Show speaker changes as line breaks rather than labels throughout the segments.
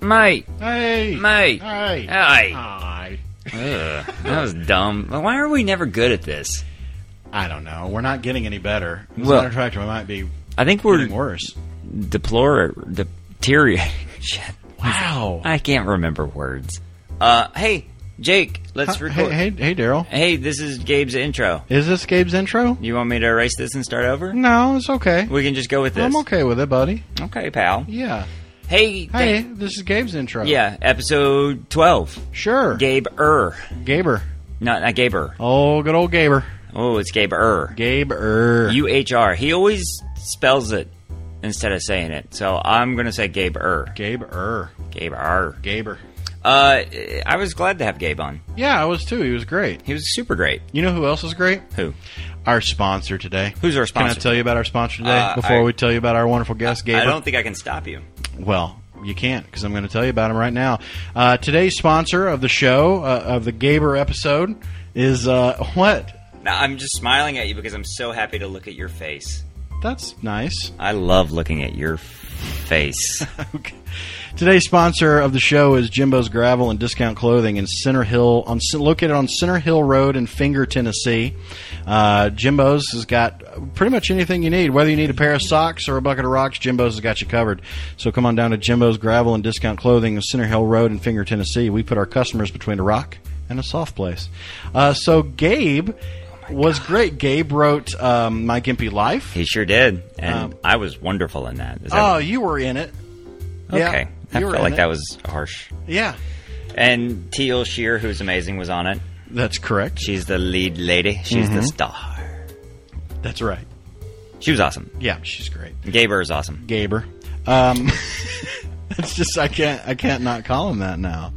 Mate,
Hey.
mate.
Hey.
Hey.
Hi.
Ugh, that was dumb. Why are we never good at this?
I don't know. We're not getting any better. As
Well-
a matter of fact, we might be
I think
getting
we're
worse.
deplore deteriorating. Shit,
Wow.
I can't remember words. Uh, hey, Jake, let's
Huh?
record.
Hey, hey, hey, Daryl.
Hey, this is Gabe's intro.
Is this Gabe's intro?
You want me to erase this and start over?
No, it's okay.
We can just go with this.
I'm okay with it, buddy.
Okay, pal.
Yeah.
Hey,
Hey,
thank-
this is Gabe's intro.
yeah, episode 12.
Sure.
Gabe Er.
Gaber.
No, not Gabe Er.
Oh, good old Gaber.
Oh, it's Gabe Er.
Gaber.
U H R. He always spells it instead of saying it. So I'm going to say Gabe Er.
Gaber.
Gabe Er.
Gaber.
Uh, I was glad to have Gabe on.
Yeah, I was too. He was great.
He was super great.
You know who else is great?
Who?
Our sponsor today.
Who's our
Can I
sponsor?
tell you about our sponsor today
Uh,
before
I-
we tell you about our wonderful guest, Gaber?
I don't think I can stop you.
Well, you can't because I'm going to tell you about him right now. Uh, today's sponsor of the show uh, of the Gaber episode is uh, what?
No, I'm just smiling at you because I'm so happy to look at your face.
That's nice.
I love looking at your f- face.
Okay. Today's sponsor of the show is Jimbo's Gravel and Discount Clothing in Center Hill, on located on Center Hill Road in Finger, Tennessee. Uh, Jimbo's has got pretty much anything you need. Whether you need a pair of socks or a bucket of rocks, Jimbo's has got you covered. So come on down to Jimbo's Gravel and Discount Clothing in Center Hill Road in Finger, Tennessee. We put our customers between a rock and a soft place. Uh, so Gabe was great. Gabe wrote um, My Gimpy Life.
he sure did, and
Um,
I was wonderful in that. Is that
Oh, you were in it. oh, yeah,
okay. I
you were
felt like
in it.
that was harsh.
Yeah.
And Teal Shear, who's amazing, was on it.
That's correct.
She's the lead lady. She's
Mm-hmm.
the star.
That's right.
She was awesome.
Yeah, she's great.
Gaber is awesome.
Gaber. Um, it's just I can't I can't not call him that now.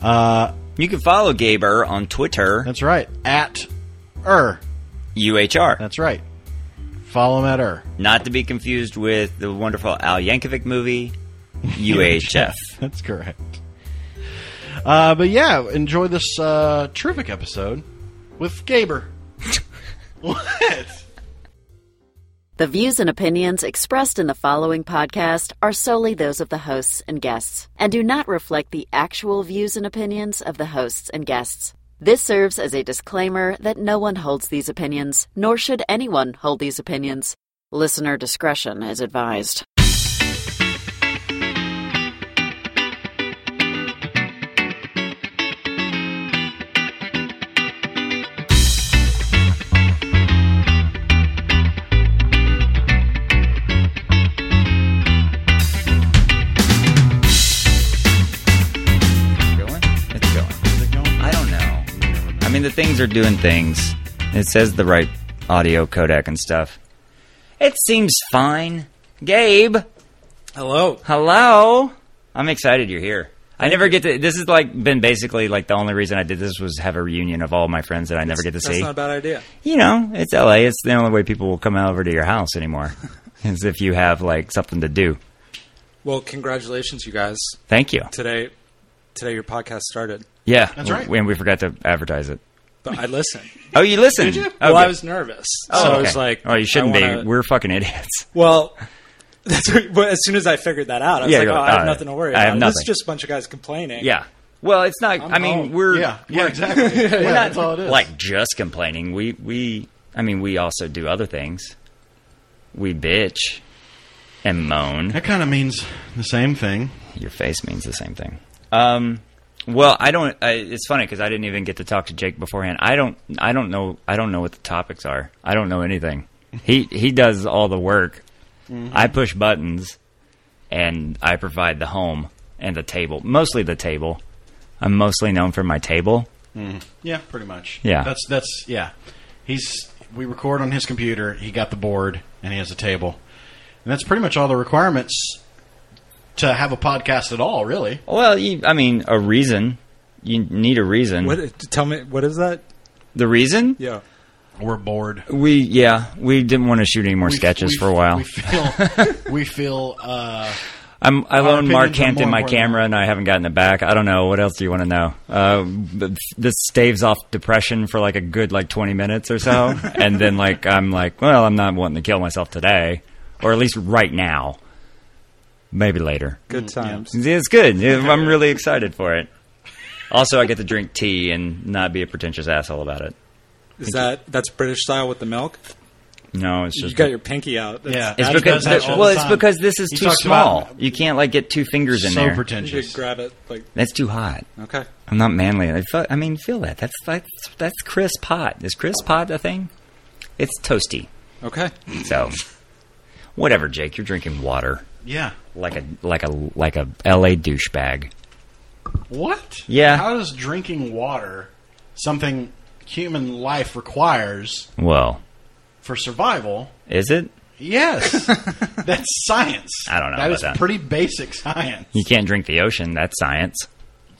Uh,
You can follow Gaber on Twitter,
that's right. At er.
UHR.
That's right. Follow him at er.
Not to be confused with the wonderful Al Yankovic movie, UHF.
That's correct. Uh, but yeah, enjoy this uh, terrific episode with Gaber. what?
The views and opinions expressed in the following podcast are solely those of the hosts and guests and do not reflect the actual views and opinions of the hosts and guests. This serves as a disclaimer that no one holds these opinions, nor should anyone hold these opinions. Listener discretion is advised.
Going? It's going. I don't know. I mean, the things are doing things. It says the right audio codec and stuff. It seems fine. Gabe,
Hello.
hello. I'm excited you're here. I never get to. This has like been basically like the only reason I did this was have a reunion of all my friends that I never get to
That's
see.
not a bad idea.
you know, it's LA. It's the only way people will come over to your house anymore, is if you have like something to do.
Well, congratulations, you guys.
Thank you.
Today, today your podcast started,
Yeah,
That's right.
We, and we forgot to advertise it.
but I listened.
Oh, you listened.
you?
Okay.
well, I was nervous, so I was
okay.
like,
"Oh, you shouldn't
I wanna-
be. We're fucking idiots."
well." That's what, but as soon as I figured that out, I was
Yeah,
like,
you're
"Oh,
like,
I
uh,
have nothing to worry
I
about.
have
This
nothing."
is just a bunch of guys complaining."
Yeah. Well, it's not. i mean,
home.
we're
Yeah, yeah, exactly. Yeah,
we're not
that's all it is.
like just complaining. We we I mean, we also do other things. We bitch and moan.
that kind of means the same thing.
Your face means the same thing. Um. Well, I don't. I, it's funny because I didn't even get to talk to Jake beforehand. I don't. I don't know. I don't know what the topics are. I don't know anything. He he does all the work.
Mm-hmm.
I push buttons, and I provide the home and the table. Mostly the table. I'm mostly known for my table.
Yeah, pretty much.
Yeah.
that's that's yeah. He's we record on his computer. He got the board and he has a table, and that's pretty much all the requirements to have a podcast at all. Really,
Well, you, I mean, a reason. You need a reason.
What? Tell me, what is that?
The reason?
Yeah.
we're bored.
We yeah, we didn't want to shoot any more
We-
sketches
we-
for a while.
We feel we feel uh,
I'm, I loaned
opinions
Mark
are
Hampton
more
my
important.
camera, and I haven't gotten it back. I don't know. What else do you want to know? Uh, but this staves off depression for like a good like 20 minutes or so, and then like I'm like, well, I'm not wanting to kill myself today, or at least right now. Maybe later.
Good times.
It's good. Yeah, I'm really excited for it. Also, I get to drink tea and not be a pretentious asshole about it.
Is that that's British style with the milk?
No, it's just
you got your pinky out. That's-
Yeah.
it's
Ash
because
does that all
well,
the
it's
time.
because this is
He
too
talks
small.
about-
you can't like get two fingers in
so
there.
You could
pretentious.
grab it like
That's too hot.
okay.
I'm not manly. I, fe- I mean, feel that. That's that's that's crisp hot. Is crisp hot a thing? It's toasty.
Okay.
So, whatever, Jake. You're drinking water
Yeah.
like a like a like a L.A. douchebag.
What?
Yeah.
How does drinking water, something human life requires
Well,
for survival?
is it?
Yes, that's science.
I don't know
That
about
is
that.
pretty basic science.
You can't drink the ocean. That's science.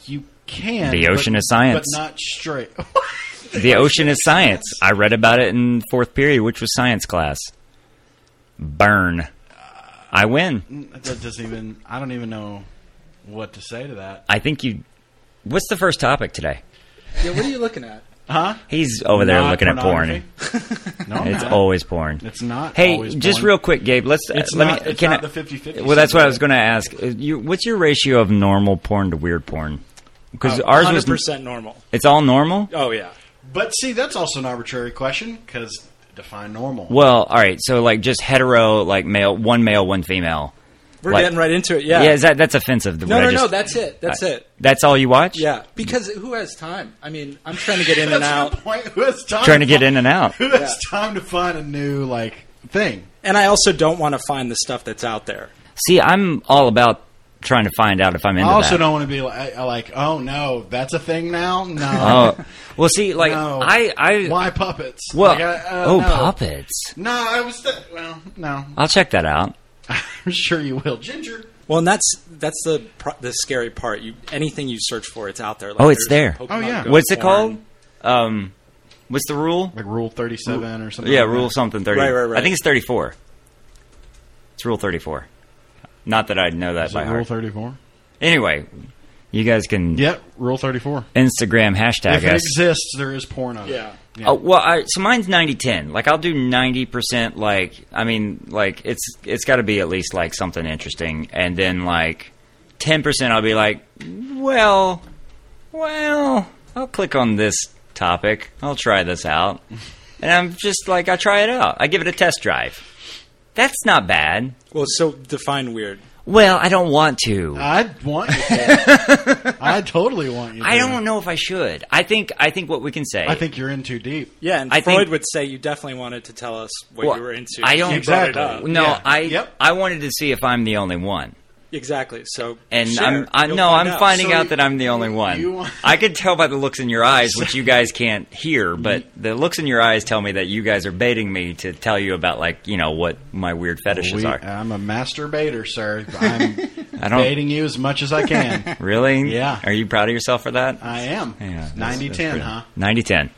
You can.
The ocean
but-
is science.
but not straight.
The ocean is science. I read about it in fourth period, which was science class. Burn. I win.
that doesn't even. I don't even know what to say to that.
I think you. What's the first topic today?
Yeah. What are you looking at?
He's over there
Not
looking at porn.
pornography? no,
It's
not.
always porn.
It's not
Hey,
always
just
porn.
real quick, Gabe. Let's uh,
It's
let
not-
me.
it's
can
not
I-
the 50-50
Well, that's what I was
split.
going to ask. Uh, You, what's your ratio of normal porn to weird porn?
Uh,
Because ours
Hundred
was
percent normal.
it's all normal.
Oh yeah.
But see, that's also an arbitrary question because define normal.
Well, all right. So like just hetero, like male, one male, one female.
We're
Like-
getting right into it. Yeah.
Yeah, is that that's offensive.
no,
what I
no, no.
just-
That's it. That's it.
That's all you watch?
Yeah. Because who has time? I mean, I'm trying to get in and
That's
out.
the point. Who has time
Trying to get
fi-
in and out.
Who has time to find a new like thing?
And I also don't want to find the stuff that's out there.
See, I'm all about trying to find out if I'm into
I also
that.
don't want to be like, I- I like, oh no, that's a thing now. No,
Oh, well, see, like
no.
I, I,
why puppets?
well,
Like, uh, I- I
oh,
don't know.
puppets.
No, I was th- well, no,
I'll check that out.
I'm sure you will, Ginger.
Well, and that's that's the pro- the scary part. You anything you search for, it's out there. Like,
Oh, it's
there's
there.
Pokemon
Oh, yeah.
Go
What's it
porn.
called? Um, what's the rule?
Like Rule Thirty Seven or something.
Yeah,
like
rule
that.
something thirty.
Right, right, right.
I think it's thirty-four. It's rule thirty-four. Not that I know that
Is
by
it Rule
heart.
Thirty Four.
anyway, you guys can
Yep, Rule Thirty Four.
Instagram hashtag
If it
us.
exists, there is porn on
Yeah.
it.
Oh, well, I, so mine's 90-10. Like I'll do ninety percent. Like I mean, like it's it's got to be at least like something interesting, and then like ten percent, I'll be like, well, well, I'll click on this topic. I'll try this out, and I'm just like, I try it out. I give it a test drive. That's not bad.
Well, so define weird.
Well, I don't want to.
I want you. to. I totally want you. To.
I don't know if I should. I think I think what we can say.
I think you're in too deep.
Yeah, and
I
Freud
think-
would say you definitely wanted to tell us what
Well,
you were into.
I don't
You brought it
Exactly.
up.
No,
Yeah.
I
Yep.
I wanted to see if I'm the only one.
Exactly. So
and
share.
I'm I,
You'll
no,
find
I'm
out.
finding
So
out
you-
that I'm the only one.
you want-
I could tell by the looks in your eyes, which you guys can't hear, but the looks in your eyes tell me that you guys are baiting me to tell you about like you know what my weird fetishes
We-
are.
I'm a masturbator, sir. I'm
I don't
dating you as much as I can.
really.
Yeah.
are you proud of yourself for that?
I am.
that's-
Ninety
that's
ten,
pretty-
huh?
90-10.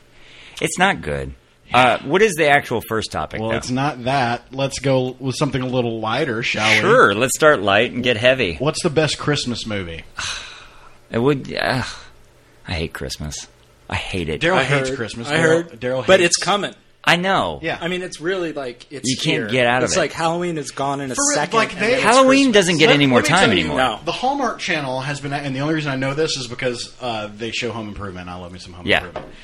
It's not good. Uh, what is the actual first topic?
Well,
though?
it's not that. Let's go with something a little lighter, shall we?
Sure, let's start light and get heavy.
What's the best Christmas movie?
It would. Uh, I hate Christmas. I hate it.
Daryl
I
hates
heard,
Christmas.
I
Daryl-
heard,
Daryl
but
hates-
it's coming.
I know.
Yeah.
I mean, it's really like it's
You can't
here.
get out of
it's
it.
like Halloween is gone in a
For real,
second.
like,
and
they-
it's
Halloween
Christmas.
doesn't get
Let-
any more
let me tell
time
you,
anymore.
no.
The Hallmark Channel has been, and the only reason I know this is because uh, they show Home Improvement. I love me some Home
Yeah.
Improvement.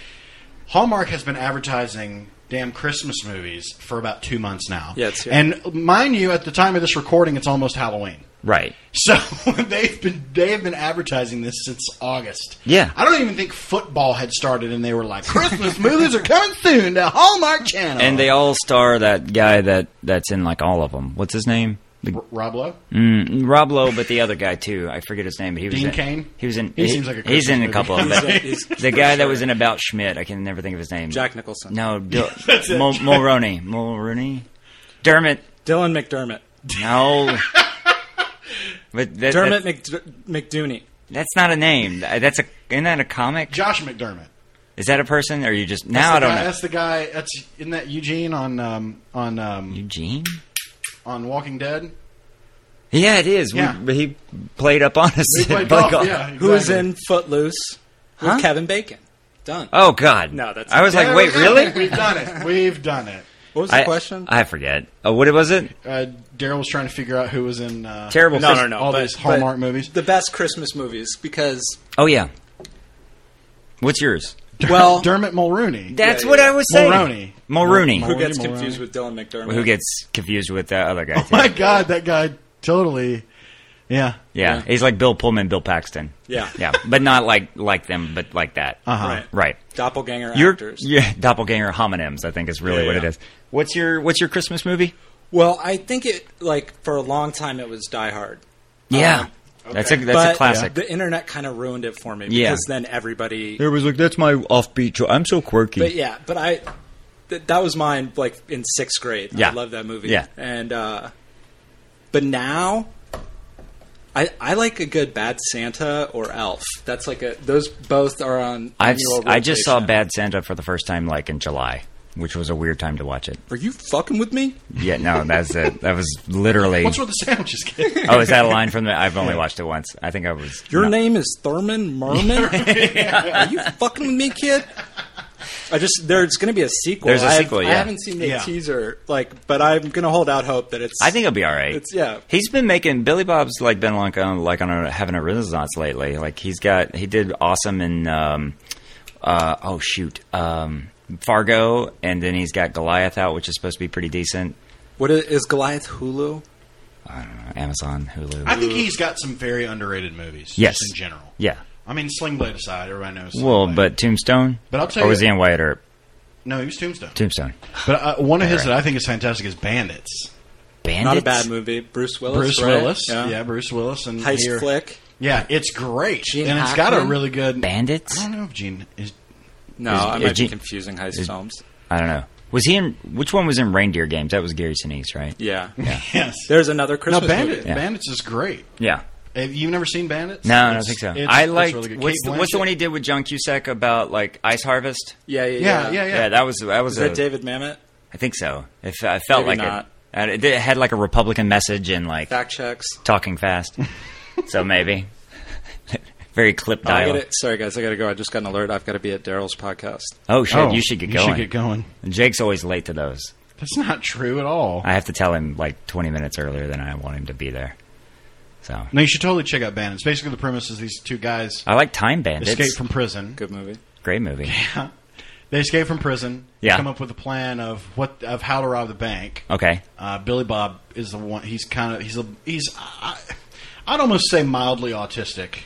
Hallmark has been advertising damn Christmas movies for about two months now.
Yeah, it's here.
and mind you, at the time of this recording, it's almost Halloween.
Right.
So they've been they have been advertising this since August.
Yeah.
I don't even think football had started, and they were like, "Christmas movies are coming soon to Hallmark Channel."
And they all star that guy that that's in like all of them. What's his name? The,
R- Rob Lowe?
mm, Rob Lowe, but the other guy too. I forget his name. But he was
Dean
in,
Cain?
He was in.
He seems like a
he's
Christmas
in a
movie.
couple of
He's
them.
a- he's-
the guy that was in About Schmidt. I can never think of his name.
Jack Nicholson.
No, Dil- Mul- Mulroney. Mulroney. Dermot.
Dylan McDermott,
No. but that,
Dermot
That,
McD- McDooney.
that's not a name. That's a. Isn't that a comic?
Josh McDermott.
Is that a person? Or you just
That's
now? I
the
don't
guy-
know.
That's the guy. That's in that Eugene on um, on um,
Eugene.
on Walking Dead.
Yeah, it is.
Yeah.
We, he played up on us.
He played
Play
golf,
golf.
yeah,
Who is
exactly.
in Footloose with
Huh?
Kevin Bacon? Done.
Oh God!
No, that's-
I was like,
Yeah,
wait,
okay,
really?
We've done it. We've done it.
What was the
I-
question?
I forget. Uh, what was it?
Uh, Daryl was trying to figure out who was in uh,
Terrible
No,
Christ-
no, no.
all
but-
these Hallmark
but
movies.
The best Christmas movies because
Oh yeah. What's yours?
well,
Dermot Mulrooney.
That's
yeah,
what
yeah.
I was saying.
Mulroney.
Mulrooney.
Mul-
who gets
Mulroney,
confused
Mulroney.
with Dylan McDermott?
Who gets confused with that other guy?
Oh
too.
my God, that guy totally. Yeah.
Yeah.
Yeah.
he's like Bill Pullman, Bill Paxton.
Yeah.
yeah, but not like like them, but like that.
Uh huh.
right.
Right.
Doppelganger
Your
actors.
yeah, doppelganger homonyms. I think is really
Yeah,
what
yeah.
it is. What's your What's your Christmas movie?
Well, I think it like for a long time it was Die Hard.
Yeah, that's a that's
but
a classic.
The internet kind of ruined it for me because
Yeah.
then everybody.
was like, that's my offbeat. Cho- I'm so quirky.
But yeah, but I th- that was mine like in sixth grade.
Yeah.
I love that movie.
Yeah.
and uh, but now. I, I like a good Bad Santa or Elf. That's like a those both are on.
I've
annual
I just saw
rotation.
Bad Santa for the first time like in July, which was a weird time to watch it.
Are you fucking with me?
Yeah, no, that's it. That was literally.
What's with the sandwiches? kid?
Oh, is that a line from the? I've only watched it once. I think I was.
Your
no.
name is Thurman Merman? Are you fucking with me, kid? I just there's going to be a sequel.
There's a
I have-
sequel,
I
yeah.
haven't seen the
Yeah.
teaser, like, but I'm going to hold out hope that it's.
I think it'll be all right.
It's- yeah.
He's been making Billy Bob's like been like on like on a, having a renaissance lately. Like he's got he did awesome in um, uh, oh shoot um, Fargo, and then he's got Goliath out, which is supposed to be pretty decent.
what is, is Goliath Hulu?
Amazon, Hulu.
I think he's got some very underrated movies.
yes,
Just in general.
Yeah.
I mean, Sling Blade aside, everybody knows. Sling
Well,
Blade.
but Tombstone.
But I'll tell
or
you-
was he in Wyatt Earp?
no, he was Tombstone.
Tombstone.
But uh, one of his that I think is fantastic is Bandits.
Bandits.
Not a bad movie. Bruce Willis.
Bruce
right?
Willis, yeah. Bruce Willis, and
Heist
here-
flick.
Yeah, it's great,
Gene
and it's got a
Hackman?
really good. I
Bandits.
don't know if Gene is.
No,
Is-
I
is
might be
Gene-
confusing heist
is-
films.
I don't know. Was he in which one was in Reindeer Games? That was Gary Sinise, right?
Yeah.
Yes,
There's another
no
Christmas
Bandit,
movie.
Yeah.
Bandits is great.
Yeah.
Have you never seen Bandits?
No, I don't
It's-
think so.
it's-
I
it's
liked
really good.
what's,
Kate
the, what's the
Blanchett.
one he did with John Cusack about like Ice Harvest?
Yeah,
Yeah,
yeah, Oh, yeah.
yeah, yeah.
Yeah, that was that was
Is
a,
that David Mamet?
I think so. If I felt
Maybe
like
not.
it, and it, did- had like a Republican message and like
Fact checks.
talking fast. so maybe very clip
I
dial.
gotta, sorry, guys. I got to go. I just got an alert. I've got to be at Daryl's podcast.
Oh shit!
Oh,
you should get
you
going.
should get going.
Jake's always late to those.
That's not true at all.
I have to tell him like 20 minutes earlier than I want him to be there. So
no, you should totally check out Bandits. Basically, the premise is these two guys
I like Time Bandits.
escape from prison.
Good movie.
Great movie.
They escape from prison.
Yeah.
Come up with a plan of what of how to rob the bank.
Okay.
Uh, Billy Bob is the one. He's kind of he's a, he's I, I'd almost say mildly autistic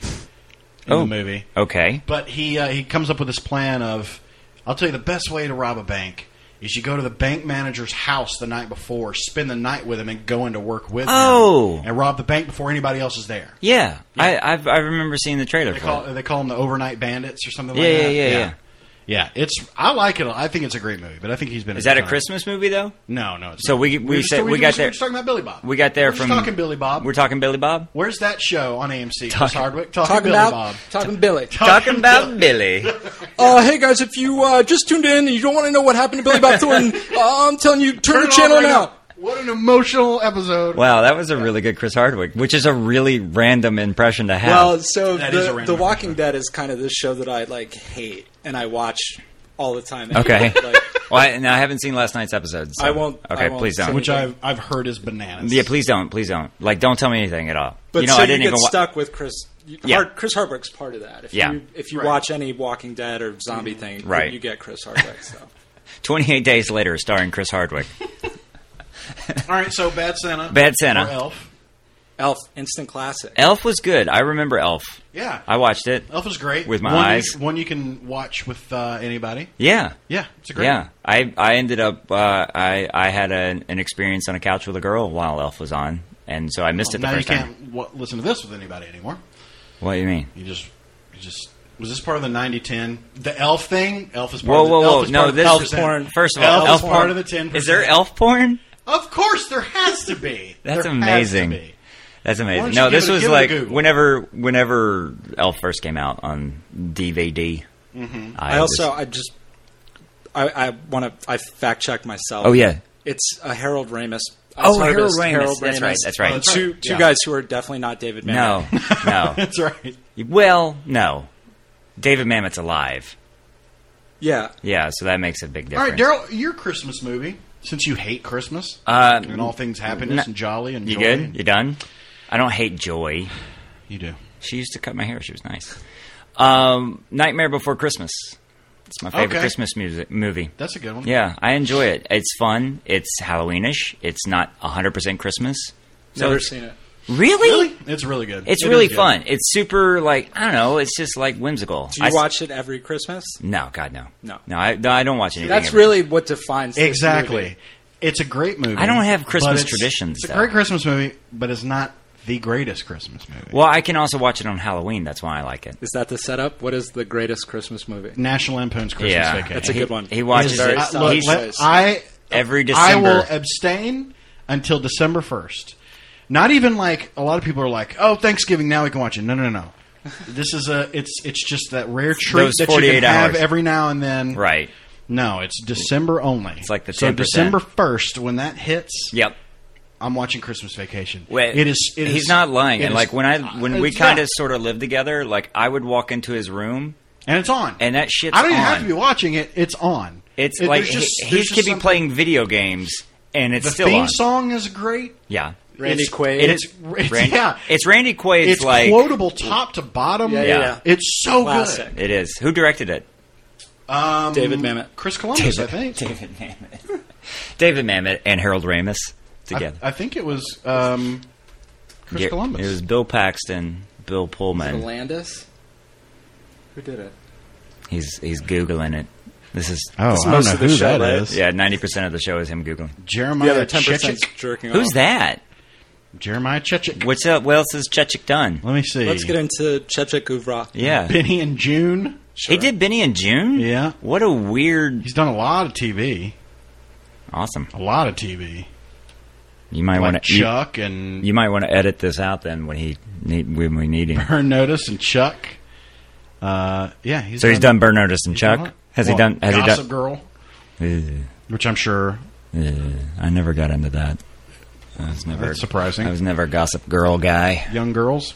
in
Oh.
the movie.
Okay.
But he uh, he comes up with this plan of I'll tell you the best way to rob a bank is you go to the bank manager's house the night before, spend the night with him, and go into work with
Oh.
him and rob the bank before anybody else is there.
Yeah, I I've, I remember seeing the trailer
They
for
call
it.
they call them the overnight bandits or something
Yeah,
like
yeah,
that.
yeah,
yeah.
yeah.
Yeah, it's I like it. I think it's a great movie, but I think he's been.
Is that a
ton of-
Christmas movie though?
No, no. It's
So
not.
we- we
We're just-
said- we
we're just-
got there-
We're just talking about Billy Bob.
We got there
We're
from
just talking Billy Bob.
We're talking Billy Bob.
Where's that show on AMC? Chris
Talking-
Hardwick talking,
talking
Billy
about
Bob.
talking Billy.
Talking about Billy.
Uh, hey guys, if you uh, just tuned in and you don't want to know what happened to Billy Bob Thornton, uh, I'm telling you, turn,
Turn
your
it
channel
on right
now.
What an emotional episode.
Wow, that was a really good Chris Hardwick, which is a really random impression to have.
Well, so
That is a
the,
random
the Walking Dead is kind of this show that I like hate and I watch all the time.
okay.
Like,
well, I, and I haven't seen last night's episode. So.
I won't-
Okay,
I won't
please don't.
say-
Which I've I've heard is bananas.
yeah, please don't. Please don't. Like, don't tell me anything at all.
but
you know,
so
I didn't
you get
even. wa-
stuck with Chris. You,
Yeah.
Hard, Chris Hardwick's part of that. If
Yeah.
you if you
Right.
watch any Walking Dead or zombie thing,
Right.
you get Chris Hardwick stuff.
28 days later, starring Chris Hardwick.
All right, so Bad Santa.
Bad Santa.
Or Elf.
Elf, instant classic.
Elf was good. I remember Elf.
Yeah.
I watched it.
Elf is great.
With my
one
eyes.
You, one you can watch with uh, anybody.
Yeah.
Yeah, it's a great
Yeah, I I ended up uh, I I had an, an experience on a couch with a girl while Elf was on, and so I missed it the
Oh, now you
first time.
can't w- listen to this with anybody anymore.
What do you mean?
You just you just was this part of the 90-10? The Elf thing? Elf is part
Whoa,
of the
whoa,
Elf
whoa!
is
No,
part of the
this
10%.
is porn. First of all,
Elf is
elf
part
porn.
of the 10%.
Is there elf porn?
Of course, there has to be.
That's
There has
amazing.
to be.
That's
Why
amazing.
don't
No,
you give
this
it a-
was
give it a
like
Google?
whenever whenever Elf first came out on DVD. Mm-hmm.
I also I just I, I want to I fact check myself.
Oh, yeah.
it's a Harold Ramis.
Oh,
Harvest,
Harold Ramis. That's right, that's right.
Oh, that's
Uh, Two
right.
two
Yeah.
guys who are definitely not David
no,
Mamet.
no.
That's right.
well, no. David Mamet's alive.
Yeah.
Yeah, so that makes a big
All
difference.
right, Daryl, your Christmas movie. Since you hate Christmas
Uh,
and all things happiness
no-
and jolly and
You
joy
good?
and-
You done? I don't hate Joy.
you do.
She used to cut my hair. She was nice. Um, Nightmare Before Christmas. It's my favorite
Okay.
Christmas music movie.
That's a good one.
Yeah, I enjoy it. It's fun. It's Halloweenish. It's not 100% Christmas. So
Never
it's-
seen it.
Really?
Really? It's really good.
It's
It
really
is good.
fun. It's super like I don't know. It's just like whimsical.
Do you
I s-
watch it every Christmas?
No, God, no,
No.
no. I, no, I don't watch anything.
That's
ever.
really what defines this
Exactly.
movie.
It's a great movie.
I don't have
but
Christmas
it's-
traditions,
It's a
though.
great Christmas movie, but it's not the greatest Christmas movie.
Well, I can also watch it on Halloween. That's why I like it.
Is that the setup? What is the greatest Christmas movie?
National Lampoon's Christmas
yeah,
Vacation.
That's a
He-
good one.
He, watches
Very
it.
I,
solid
he's-
choice.
let- I
every
I will
December.
abstain until December first. Not even like a lot of people are like, "Oh, Thanksgiving now we can watch it." No, no, no. This is a it's it's just that rare treat
Those
that you
48
can have
hours.
every now and then.
right.
No, it's December only. It's
like the
so
10%.
December first when that hits.
Yep.
I'm watching Christmas Vacation.
Wait,
it is. It is
he's not lying.
it
And
is- uh,
like when I when we
it's not.
kind of sort of lived together, like I would walk into his room
and it's on.
and that shit's.
I don't even
on.
have to be watching it. It's on.
It's
It-
like
there's just-
he, he's
there's just
could be
something-
playing video games and it's
The
still
theme
on.
song is great.
Yeah.
Randy
It's-
Quaid.
It is. It's,
Randy,
yeah.
it's Randy Quaid's
it's
like
quotable top to bottom.
Yeah,
yeah, yeah.
It's so
Classic.
It is. Who directed it?
good. Um,
David Mamet.
Chris Columbus, I think.
David Mamet. David Mamet and Harold Ramis together.
I, I think it was um, Chris
Yeah,
Columbus.
It was Bill Paxton, Bill Pullman.
Landis. Who did it?
He's he's googling it. This is
oh,
It's most of the show, right?
yeah, ninety percent of the show is him googling.
The
Jeremiah
other ten percent
Chechik.
jerking
Who's
off.
that?
Jeremiah Chechik.
What's up? What else has Chechik done?
Let me see.
Let's get into Chechik Uvra.
Yeah,
Benny and June.
he did Benny and June.
Yeah.
what a weird,
He's done a lot of TV.
awesome.
A lot of TV.
You might
like
want to you,
Chuck and
you might want to edit this out then when he need, when we need him.
Burn Notice and Chuck. Uh, yeah, he's
So he's done Burn Notice and
he's done a
Chuck.
lot.
Has
Well,
he done? Has
Gossip
he done?
Girl?
Ugh.
Which I'm sure
Yeah, I never got into that. I was never
That's surprising.
I was never a gossip girl guy.
young girls.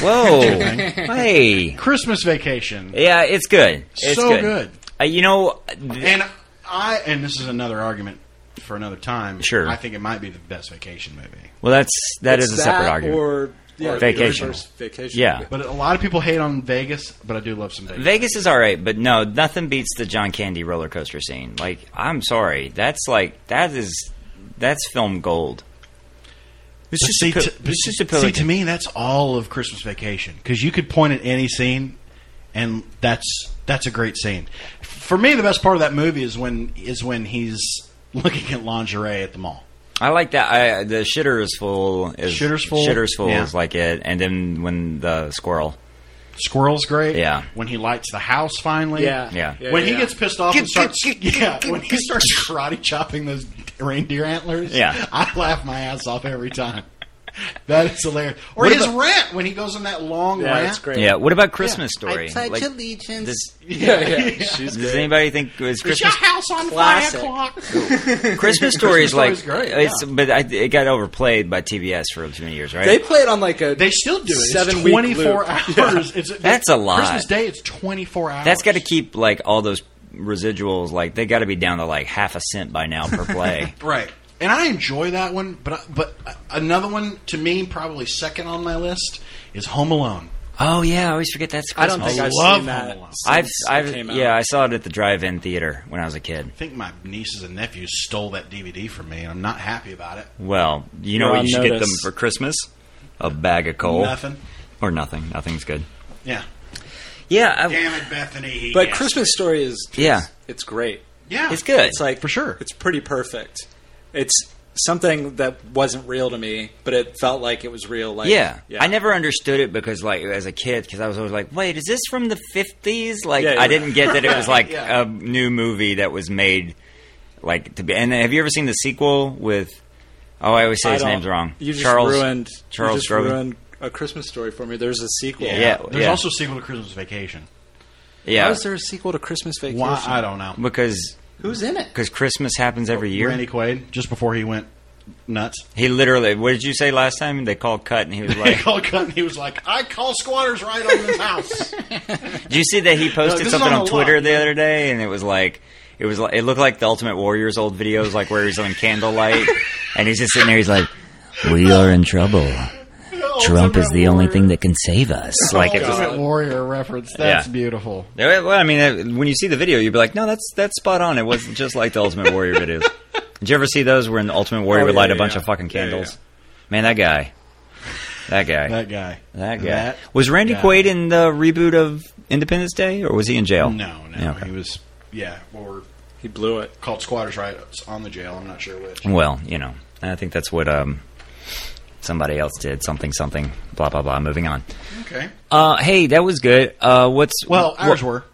Whoa, hey,
Christmas Vacation.
yeah, it's good. It's
So
good.
good.
Uh, you know, th-
And I and this is another argument for another time.
Sure.
I think it might be the best vacation movie.
well, that's that is
It's
a separate
that
argument.
Or, yeah,
Or Vacation.
the first Vacation.
Yeah.
But a lot of people hate on Vegas, but I do love some Vegas.
Vegas is all right, but no, nothing beats the John Candy roller coaster scene. Like, I'm sorry, that's like that is that's film gold. It's
But
just
see,
a,
to,
pil-
but
it's just a
see, to
pelican.
me, that's all of Christmas Vacation because you could point at any scene, and that's that's a great scene. For me, the best part of that movie is when is when he's looking at lingerie at the mall.
I like that. I, the shitter is full. Is,
Shitter's full?
Shitter's full
Yeah.
is like it, and then when the squirrel.
Squirrel's great.
Yeah.
When he lights the house finally.
Yeah.
Yeah.
when he
yeah.
gets pissed off and
Get-
starts,
get- get-
yeah,
get-
when he starts karate chopping those reindeer antlers,
Yeah.
I laugh my ass off every time. That is hilarious. Or
What
his
about-
rant when he goes on that long
Yeah,
rant.
it's great.
Yeah. What about Christmas
Yeah.
Story? Like, does-
Yeah, yeah. She's
Does
good.
anybody think is
Is your
Christmas
house on
Classic.
fire? Clock?
Christmas Story is like
Christmas Story's great,
it's,
yeah.
but I, it got overplayed by TBS for too many years, right?
They play it on like a.
They still do it. It's
Seven-week
24
loop.
hours. It's,
That's a lot.
Christmas Day, it's 24 hours.
That's got to keep like all those residuals. Like they got to be down to like half a cent by now per play.
Right. And I enjoy that one, but I, but another one to me, probably second on my list, is Home Alone.
oh yeah, I always forget that's.
I
Christmas.
don't think
I
I've
love
seen that.
Home Alone.
since
I've,
it
Oh, I've,
came out.
yeah, I saw it at the drive-in theater when I was a kid.
I think my nieces and nephews stole that DVD from me, and I'm not happy about it.
Well, you know
You're
what
on
you should get them
notice.
for Christmas? A bag of coal
Nothing.
or nothing. Nothing's good.
Yeah.
Yeah, I,
Damn it, Bethany. he
But
gets
Christmas Story is. Just,
Yeah.
It's great.
it. Yeah.
it's good.
It's like
For sure.
It's pretty perfect. It's something that wasn't real to me, but it felt like it was real. Like
yeah. I never understood it because, like, as a kid, because I was always like, "Wait, is this from the '50s?" Like,
Yeah,
I
yeah.
didn't get that it was like
Yeah.
a new movie that was made, like to be. And have you ever seen the sequel with? Oh, I always say
I
his
don't-
name's wrong.
You just
Charles
ruined
Charles
you just
Grodin.
ruined a Christmas Story for me. There's a sequel.
Yeah.
There's
yeah.
also a sequel to Christmas Vacation.
How
Yeah,
is there a sequel to Christmas Vacation?
Why? I don't know.
because
Who's in it?
because Christmas happens every year.
Randy Quaid, just before he went nuts.
He literally. What did you say last time? They called cut, and he was
He
like,
called cut and he was like, I call squatters right on this house.
"Do you see that he posted
this is
something
on
on,
the
Twitter
lot.
the other day?" And it was like, It was like, it looked like the Ultimate Warriors old videos, like where he's on candlelight and he's just sitting there. He's like, "We are in trouble. Trump is the only thing that can save us." Like it was.
Ultimate Warrior reference. That's
Yeah.
beautiful.
Yeah, Well, I mean, uh, when you see the video, you'd be like, "No, that's that's spot on. It wasn't just like the Ultimate Warrior videos." Did you ever see those where in the Ultimate Warrior
Oh,
would
yeah,
light a
yeah,
bunch
yeah.
of fucking
Yeah, yeah,
candles? Man, that guy. That guy.
That guy.
That guy.
That
was Randy
guy.
Quaid in the reboot of Independence Day, or was he in jail?
No, no,
Yeah, okay.
he was. Yeah, or
He blew it.
called squatters' rights on the jail. I'm not sure which.
Well, you know, and I think that's what um, somebody else did. Something, something, blah, blah, blah. Moving on.
Okay.
Uh, hey, that was good. Uh, what's
Well,
wha-
ours were.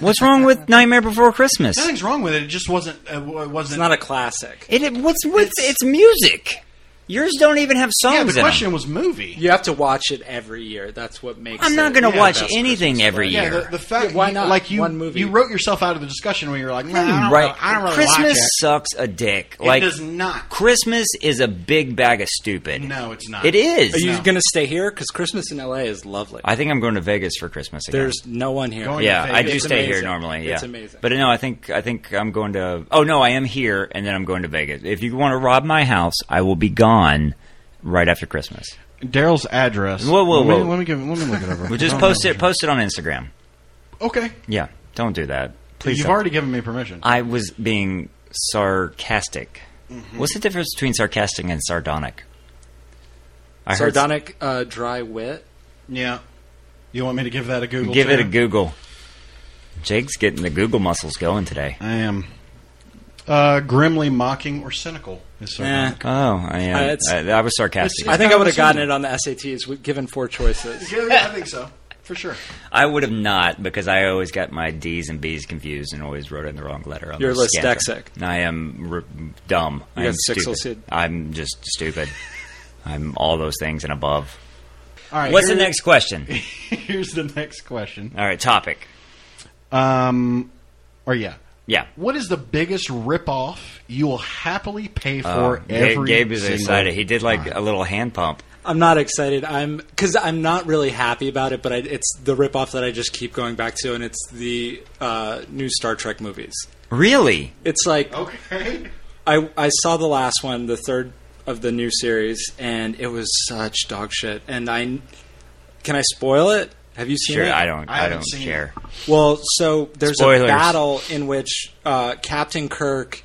What's wrong with Nightmare Before Christmas?
Nothing's wrong with it. It just wasn't. Uh, w- it wasn't.
It's not a classic.
It, it- what's with it's, music? Yours don't even have songs
yeah,
in
the
'em.
question was movie.
You have to watch it every year. That's what makes.
I'm not
it
gonna
the
watch
best
anything
Christmas
every year.
play.
Yeah, the, the fact
Yeah, why
you-
not?
like you
One movie.
you wrote yourself out of the discussion when you were like, nah, I don't
right?
know- I don't really
Christmas
like it.
sucks a dick.
It
like
does not.
Christmas is a big bag of stupid.
No, it's not.
It is.
Are you
No.
going to stay here? Because Christmas in LA is lovely.
I think I'm going to Vegas for Christmas again.
There's no one here.
Going-
yeah, I do
It's
stay here
amazing.
normally. Yeah,
It's amazing.
But no, I think I think I'm going to. Oh no, I am here, and then I'm going to Vegas. If you want to rob my house, I will be gone right after Christmas.
Daryl's address.
Whoa, whoa,
Let me-
whoa.
Let me, give, let me look it over.
Well, just
Oh,
post
no.
it. Post it on Instagram.
Okay.
Yeah, don't do that, please.
You've
don't.
already given me permission.
I was being sarcastic.
Mm-hmm.
What's the difference between sarcastic and sardonic? I heard-
Sardonic, uh, dry wit.
yeah. You want me to give that a Google?
give it a
too?
Google. Jake's getting the Google muscles going today.
I am. Uh, grimly mocking or cynical is
Eh.
sardonic.
Oh, I
Uh,
am.
it's-
I, I was sarcastic.
it's-
I think I would have
Kind of
gotten it on the SATs, with- given four choices.
Yeah, yeah, I think so. For sure.
I would have not because I always got my D's and B's confused and always wrote in the wrong letter. On
You're
those scans.
dyslexic.
I am r- dumb.
You
I
got
am
sixel
stupid.
sid.
I'm just stupid. I'm all those things and above.
All right.
What's the
here-
next question?
Here's the next question.
All right, topic.
Um, or yeah.
Yeah.
What is the biggest ripoff you will happily pay for
Uh, Ga-
every
Gabe is
single
excited. He did like
time?
a little hand pump.
I'm not excited. I'm because I'm not really happy about it, but I, it's the ripoff that I just keep going back to, and it's the uh, new Star Trek movies.
Really?
It's like
Okay.
I, I saw the last one, the third of the new series, and it was such dog shit. And I can I spoil it? Have you seen
Sure.
it?
I don't.
I
I,
haven't
don't
seen
care.
Well, so there's
Spoilers.
a battle in which uh, Captain Kirk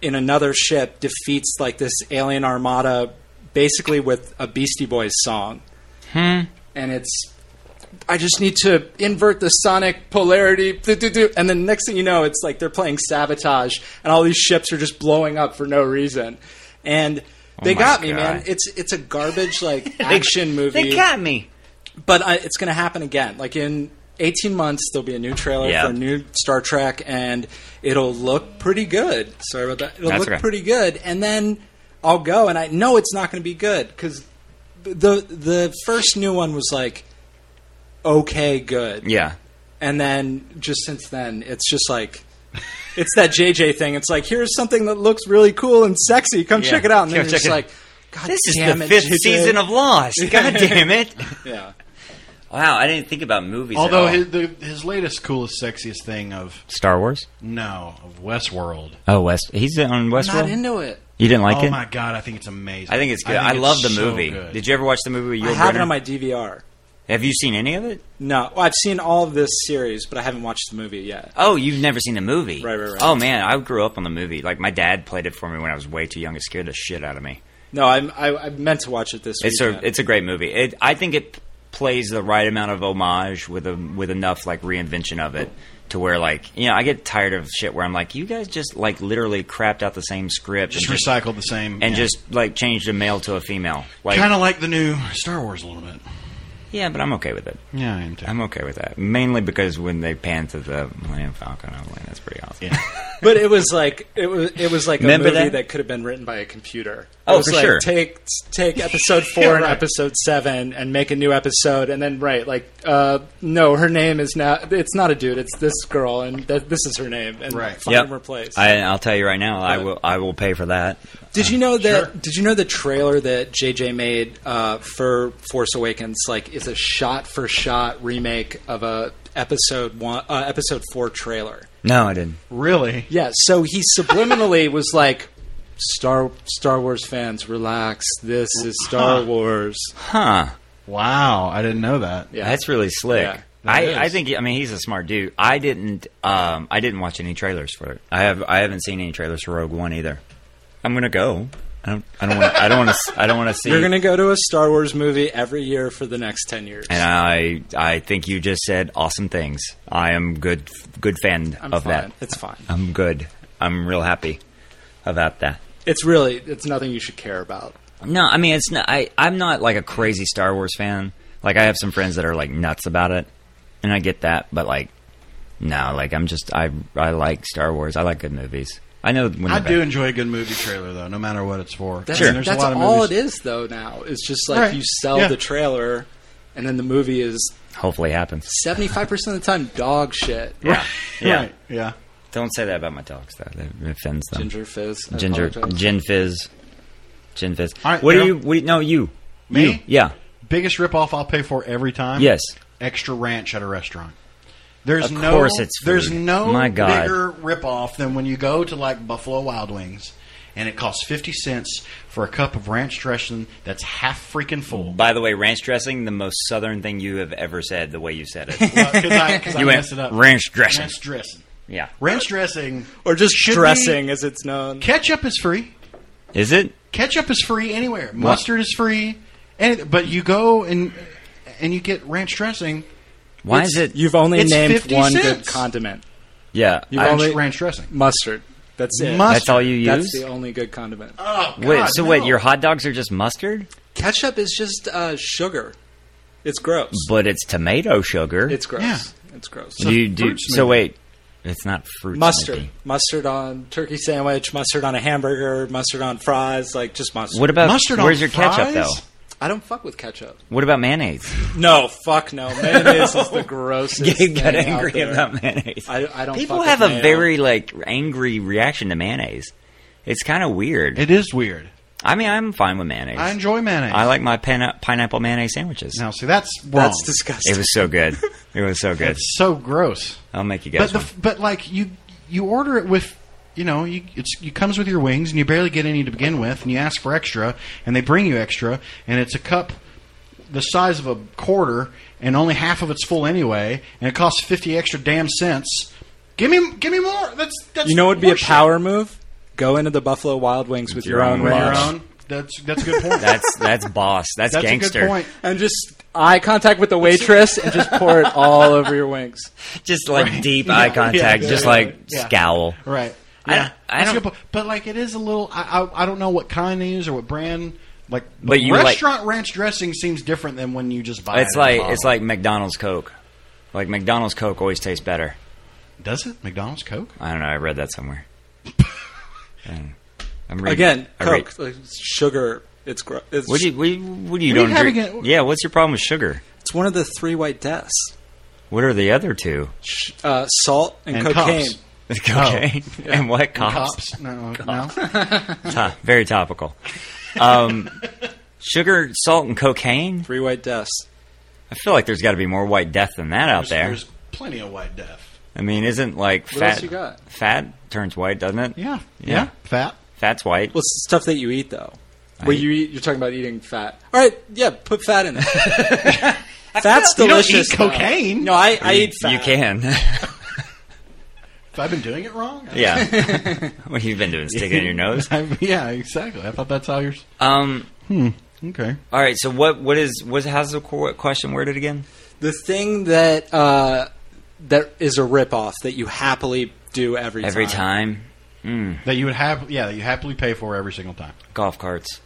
in another ship defeats like this alien armada, basically with a Beastie Boys song,
Hmm.
and it's. I just need to invert the sonic polarity, do, do, do. and then next thing you know, it's like they're playing sabotage, and all these ships are just blowing up for no reason, and they
Oh my
got me, man.
God.
It's it's a garbage like action movie
They got me.
but I, it's going to happen again. Like in 18 months, there'll be a new trailer
Yeah.
for a new Star Trek, and it'll look pretty good. Sorry about that. It'll
That's
look
okay.
pretty good, and then I'll go, and I know it's not going to be good because the the first new one was like okay, good,
Yeah.
and then just since then, it's just like. It's that JJ thing. It's like here's something that looks really cool and sexy. Come
Yeah.
check it out. And then
Come
it's
check
just
it-
like, God
This is
damn
the
it,
fifth
JJ.
season of Lost. God damn it!
yeah.
Wow, I didn't think about movies. at
Although
all.
his, the, his latest, coolest, sexiest thing of
Star Wars.
no of Westworld.
Oh, West. He's on
Not
Westworld.
into it.
you didn't like
oh
it?
my god, I think it's amazing.
I think it's good. I, love the
so
movie.
good.
Did you ever watch the movie? With
I
Yul
have it
Brynner?
on my DVR.
Have you seen any of it?
No, well, I've seen all of this series, but I haven't watched the movie yet.
Oh, you've never seen the movie?
Right, right, right.
Oh man, I grew up on the movie. Like my dad played it for me when I was way too young. It scared the shit out of me.
No, I'm, I, I meant to watch it this
It's
weekend.
a it's a great movie. It, I think it p- plays the right amount of homage with a with enough like reinvention of it to where like you know I get tired of shit where I'm like you guys just like literally crapped out the same script
just
and, just,
recycled the same
and just like changed a male to a female. Like
kind of like the new Star Wars a little bit.
yeah, but I'm okay with it.
Yeah, I am too.
I'm okay with that mainly because when they pan to the Millennium Falcon, I'm like that's pretty awesome.
but it was like it was it was like
Remember
a movie
that?
that? could have been written by a computer.
Oh,
it was
for
like,
sure.
Take take episode four and
right.
episode seven and make a new episode, and then right like uh, no, her name is now it's not a dude, it's this girl, and that, this is her name, and
Right.
fucking replace.
I, I'll tell you right now, I
But-
will. I will pay for that.
Did you know that? Did you know the trailer that JJ made uh, for Force Awakens like is a shot for shot remake of a episode one uh, episode four trailer?
No, I didn't.
Really?
Yeah, so he subliminally was like, "Star Star Wars fans, relax. This is Star Wars."
Huh.
Wow, I didn't know that.
Yeah,
That's really slick.
Yeah,
that is.
I, I think I mean he's a smart dude. I didn't um, I didn't watch any trailers for it. I have I haven't seen any trailers for Rogue One either. I'm gonna go. I don't I don't want I don't want to I don't want to see.
you're gonna go to a Star Wars movie every year for the next ten years.
and I I think you just said awesome things. I am good good fan
I'm
of
fine.
that.
It's fine.
I'm good. I'm real happy about that.
It's really it's nothing you should care about.
No, I mean it's not. I I'm not like a crazy Star Wars fan. Like I have some friends that are like nuts about it, and I get that. But like, no, like I'm just I I like Star Wars. I like good movies. I know when
I
they're
do
bad.
enjoy a good movie trailer, though, no matter what it's for.
That's,
I mean, there's
that's
a lot of
all
movies.
it is though. Now it's just like
Right.
you sell
Yeah.
the trailer, and then the movie is
Hopefully it happens.
seventy five percent of the time dog shit.
Yeah, yeah.
Right, yeah.
Don't say that about my dogs though. That offends them.
Ginger fizz. I
ginger,
apologize.
gin fizz, gin fizz.
All right,
what do
Daryl.
you? What do you, no, you.
Me?
You. Yeah.
Biggest ripoff I'll pay for every time.
Yes.
Extra ranch at a restaurant. There's
Of
no,
course it's food.
there's no
My God.
bigger ripoff than when you go to like Buffalo Wild Wings, and it costs fifty cents for a cup of ranch dressing that's half freaking full.
By the way, ranch dressing, the most southern thing you have ever said. The way you said it.
Because I, 'cause I
You went
messed it up.
ranch dressing.
Ranch dressing.
yeah.
Ranch dressing.
or just
should be-
dressing as it's known.
ketchup is free.
Is it?
Ketchup is free anywhere. Mustard is free. And, but you go and and you get ranch dressing.
Why is it?
You've only
It's
named
50
one good
cents.
condiment.
yeah.
You've
I-
Ranch,
only-
ranch dressing.
Mustard. That's it.
Mustard.
that's all you use.
That's the only good condiment.
Oh, God,
Wait, so wait,
no.
your hot dogs are just mustard,
Ketchup is just uh, sugar. It's gross.
but it's tomato sugar.
It's gross.
Yeah.
It's gross.
a
you do
fruit
so.
smoothie.
Wait, it's not fruit
mustard.
smoothie.
Mustard on turkey sandwich, mustard on a hamburger, mustard on fries, like just mustard.
What about
Mustard on
Where's your ketchup
fries?
though?
I don't fuck with ketchup.
What about mayonnaise?
No, fuck no. Mayonnaise is the grossest.
Gabe got
thing out
angry
there.
about mayonnaise.
I- I don't
People
fuck
have
with
a
mayo.
very like angry reaction to mayonnaise. It's kind of weird.
It is weird.
I mean, I'm fine with mayonnaise.
I enjoy mayonnaise.
I like my pin- pineapple mayonnaise sandwiches.
Now, see, that's wrong.
That's disgusting.
It was so good. It was so good.
It's so gross.
I'll make you
But
guys.
the,
one.
f- but like you you order it with you know you it's you comes with your wings and you barely get any to begin with and you ask for extra and they bring you extra and it's a cup the size of a quarter and only half of it's full anyway and it costs fifty extra damn cents. Give me give me more. That's that's
you know what would be a
horseshit.
power move? Go into the Buffalo Wild Wings with your,
Your
own
own
Your
wings.
boss.
own. That's that's a good point.
that's that's boss. That's,
that's
gangster.
a good point.
And just eye contact with the waitress and just pour it all over your wings.
Just like deep
Yeah,
eye contact.
yeah,
just
yeah,
like
yeah.
scowl.
Right.
I
Yeah.
don't- I
That's a
don't-
good point. But like, it is a little. I, I I don't know what kind they use or what brand. Like,
But you like-
restaurant ranch dressing seems different than when you just buy.
It's
it in a
like
bottle.
it's like McDonald's Coke. Like McDonald's Coke always tastes better.
Does it McDonald's Coke?
I don't know. I read that somewhere. And I'm reading-
Again,
I read-
Coke, like, sugar. It's gross. It's,
What do you? What do you, what do you
What are you
don't
having
drink?
it-
yeah. What's your problem with sugar?
it's one of the three white deaths:
What are the other two?
Sh- uh, salt and,
And
cocaine.
cops. Oh.
Cocaine and what? Cops.
Cops? No, no.
Huh, very topical. Um, sugar, salt, and cocaine.
Three white deaths.
I feel like there's got to be more white death than that out there.
There's plenty of white death.
I mean, isn't like fat?
else you got?
Fat turns white, doesn't it?
Yeah. Yeah.
Yeah.
Fat.
Fat's white.
Well, it's stuff that you eat though. Well,
eat-
you eat, you're talking about eating fat. All right, yeah, put fat in it. Fat's
You don't eat
delicious. though.
cocaine.
No, I, I eat fat.
You can.
If I've been doing it wrong.
yeah. what you've been doing? Sticking it in your nose.
I- yeah. Exactly. I thought that's how you're.
Um.
Hmm. Okay.
All right. So what? What is? What? How's the qu- question worded again?
The thing that uh, that is a ripoff that you happily do every
Every
time.
time. Mm,
That you would have. Yeah. That you happily pay for every single time.
golf carts.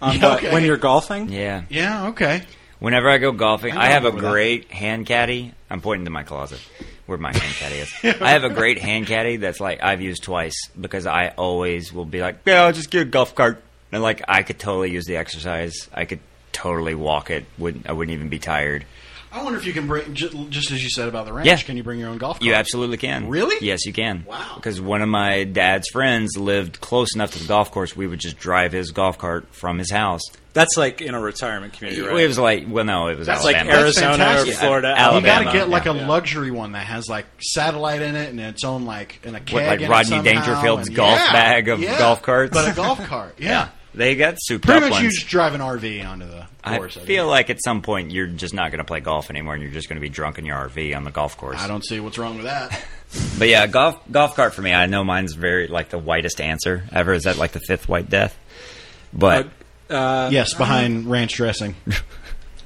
On
Yeah,
what-
okay.
Um, when you're golfing.
Yeah.
Yeah. Okay.
Whenever I go golfing,
I
I, have a
remember that.
great hand caddy. I'm pointing to my closet where my hand caddy is. I have a great hand caddy that's like I've used twice because I always will be like, yeah, I'll just get a golf cart. And like I could totally use the exercise. I could totally walk it. Wouldn't I wouldn't even be tired.
I wonder if you can bring just, just as you said about the ranch.
Yeah.
Can you bring your own golf cart?
You absolutely can.
Really?
Yes, you can.
Wow.
Because one of my dad's friends lived close enough to the golf course, we would just drive his golf cart from his house.
That's like in a retirement community, right?
It was like, well, no, it was
That's
like
Alabama.
That's
Arizona or
fantastic.
Florida,
Yeah.
You
Alabama.
got to get like
yeah.
a luxury one that has like satellite in it and its own like in a keg
like
in it
Rodney
somehow,
Dangerfield's
and-
golf
yeah,
bag of
yeah.
golf carts.
but a golf cart. Yeah,
They got souped
pretty
up
much you
ones.
just drive an RV onto the
I
course.
feel like at some point you're just not going to play golf anymore, and you're just going to be drunk in your RV on the golf course.
I don't see what's wrong with that.
But yeah, golf golf cart for me. I know mine's very like the whitest answer ever. Is that like the fifth white death? But
uh,
yes, behind ranch dressing. Uh-huh.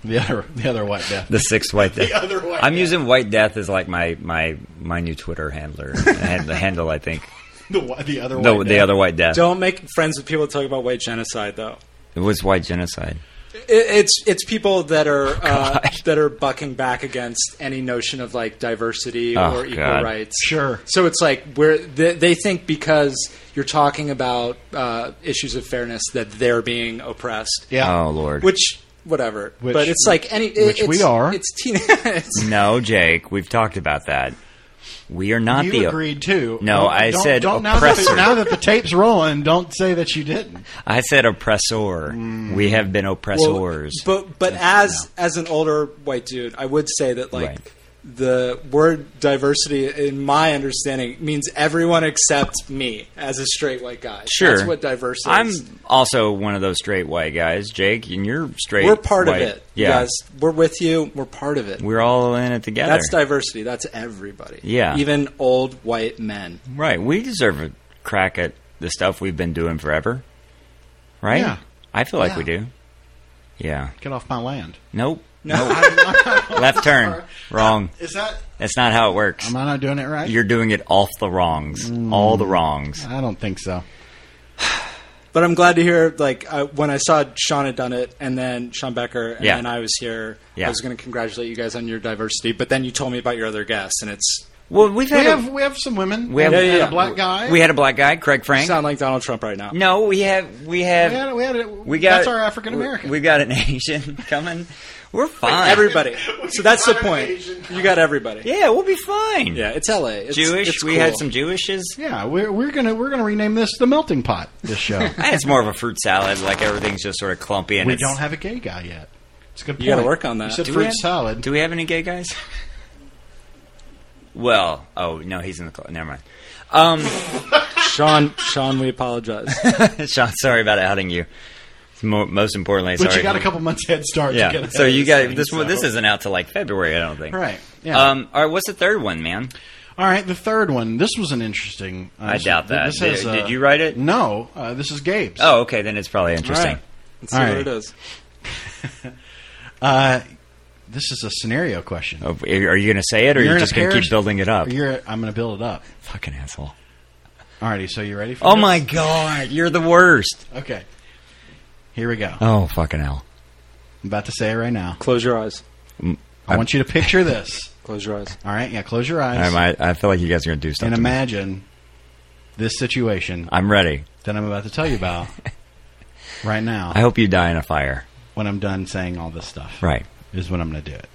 The other, the other white death.
the sixth white death.
other white
I'm
death.
using white death as like my my my new Twitter handler hand, handle. I think
The, whi- the other
the
white
the
death.
other white death.
Don't make friends with people that talk about white genocide, though.
It was white genocide.
It, it's it's people that are uh, that are bucking back against any notion of like diversity
Oh,
or equal
God.
rights.
Sure.
So it's like where they, they think because you're talking about uh, issues of fairness that they're being oppressed.
Yeah.
Oh lord.
Which whatever.
Which-
but it's like any. It,
which we
it's-
are.
It's teen. it's,
no, Jake. We've talked about that. We are not
you
the.
agreed too.
No,
Don't-
I
don't-
said
don't, now, that the,
oppressor.
now that the tape's rolling, don't say that you didn't.
I said oppressor. We have been oppressors.
Mm. Well, but but as as an older white dude, I would say that like
Right.
the word diversity, in my understanding, means everyone except me as a straight white guy.
sure.
that's what diversity.
I'm
is.
also one of those straight white guys, Jake, and you're straight.
We're part
white.
of it.
Yeah.
You guys, we're with you. We're part of it.
We're all in it together.
that's diversity. That's everybody.
Yeah.
Even old white men.
Right. We deserve a crack at the stuff we've been doing forever. Right?
Yeah.
I feel like we
Yeah.
do. Yeah.
Get off my land.
Nope. No. Left turn. Wrong.
Is that?
That's not how it works.
Am I not doing it right?
You're doing it off the wrongs. All the wrongs.
I don't think so.
But I'm glad to hear, like, I, when I saw Sean had done it, and then Sean Becker, and
Yeah.
then I was here,
Yeah.
I was going to congratulate you guys on your diversity. But then you told me about your other guests, and it's
Well, we've
We
had
have we have some women.
we have-
We had
Yeah, yeah,
a
yeah.
black guy.
a, we had a black guy, Craig Frank.
you sound like Donald Trump right now.
no, we have we
we had,
have
we had a,
we got
that's our African American.
We, we got an Asian coming. We're fine.
Everybody. so that's the point.
Asian.
You got everybody. Yeah,
yeah, we'll be fine.
it's LA. It's,
Jewish.
it's
we
cool.
had some Jewishes.
yeah, we're, we're gonna we're gonna rename this the melting pot. This show.
I had more of a fruit salad. Like everything's just sort of clumpy. And
we
it's-
don't have a gay guy yet. It's a good.
You gotta
point.
work on that.
You said
Do we
fruit
have-
salad.
Do we have any gay guys? Well, oh no, he's in the club. Never mind. Um,
Sean. Sean, we apologize.
Sean, sorry about outing you. Mo- most importantly,
but
sorry.
you got a couple months head start. To get
yeah.
ahead
So
of
you
this
got
thing,
this one.
so.
This isn't out till like February, I don't think.
Right, yeah.
Um. All right. What's the third one, man?
All right, the third one. This was an interesting. Uh,
I doubt that.
This has,
Did-
uh,
did you write it?
No, uh, this is Gabe's.
Oh, okay. Then it's probably interesting.
right. Let's see
All
what
right.
it is.
Uh, this is a scenario question.
Oh, are you going to say it, or you're,
in a
just going to
parish-
keep building it up?
You're, I'm going to build it up.
Fucking asshole.
Alrighty, so you ready for
Oh
this?
my god, you're the worst.
Okay. Here we go.
Oh fucking hell.
I'm about to say it right now.
Close your eyes.
I want you to picture this.
Close your eyes.
All right, yeah, close your eyes
I, might- I feel like you guys are going to do
and
something.
imagine this situation
I'm ready.
that I'm about to tell you about right now
I hope you die in a fire.
when I'm done saying all this stuff.
Right.
Is when I'm going to do it.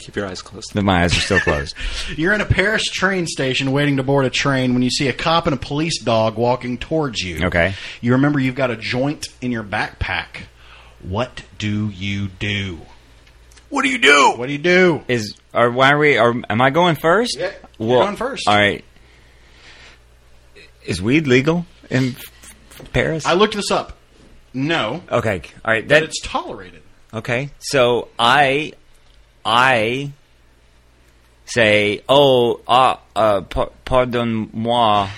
Keep your eyes closed.
Then my eyes are still closed.
You're in a Paris train station waiting to board a train when you see a cop and a police dog walking towards you.
Okay.
You remember you've got a joint in your backpack. What do you do?
What do you do?
What do you do?
Is or why are we? Are am I going first?
Yeah, you're going first.
All right. Is weed legal in Paris?
I looked this up. No,
okay. All right.
but
That
it's tolerated.
okay. So I, I say, oh, uh, uh pa- pardon moi,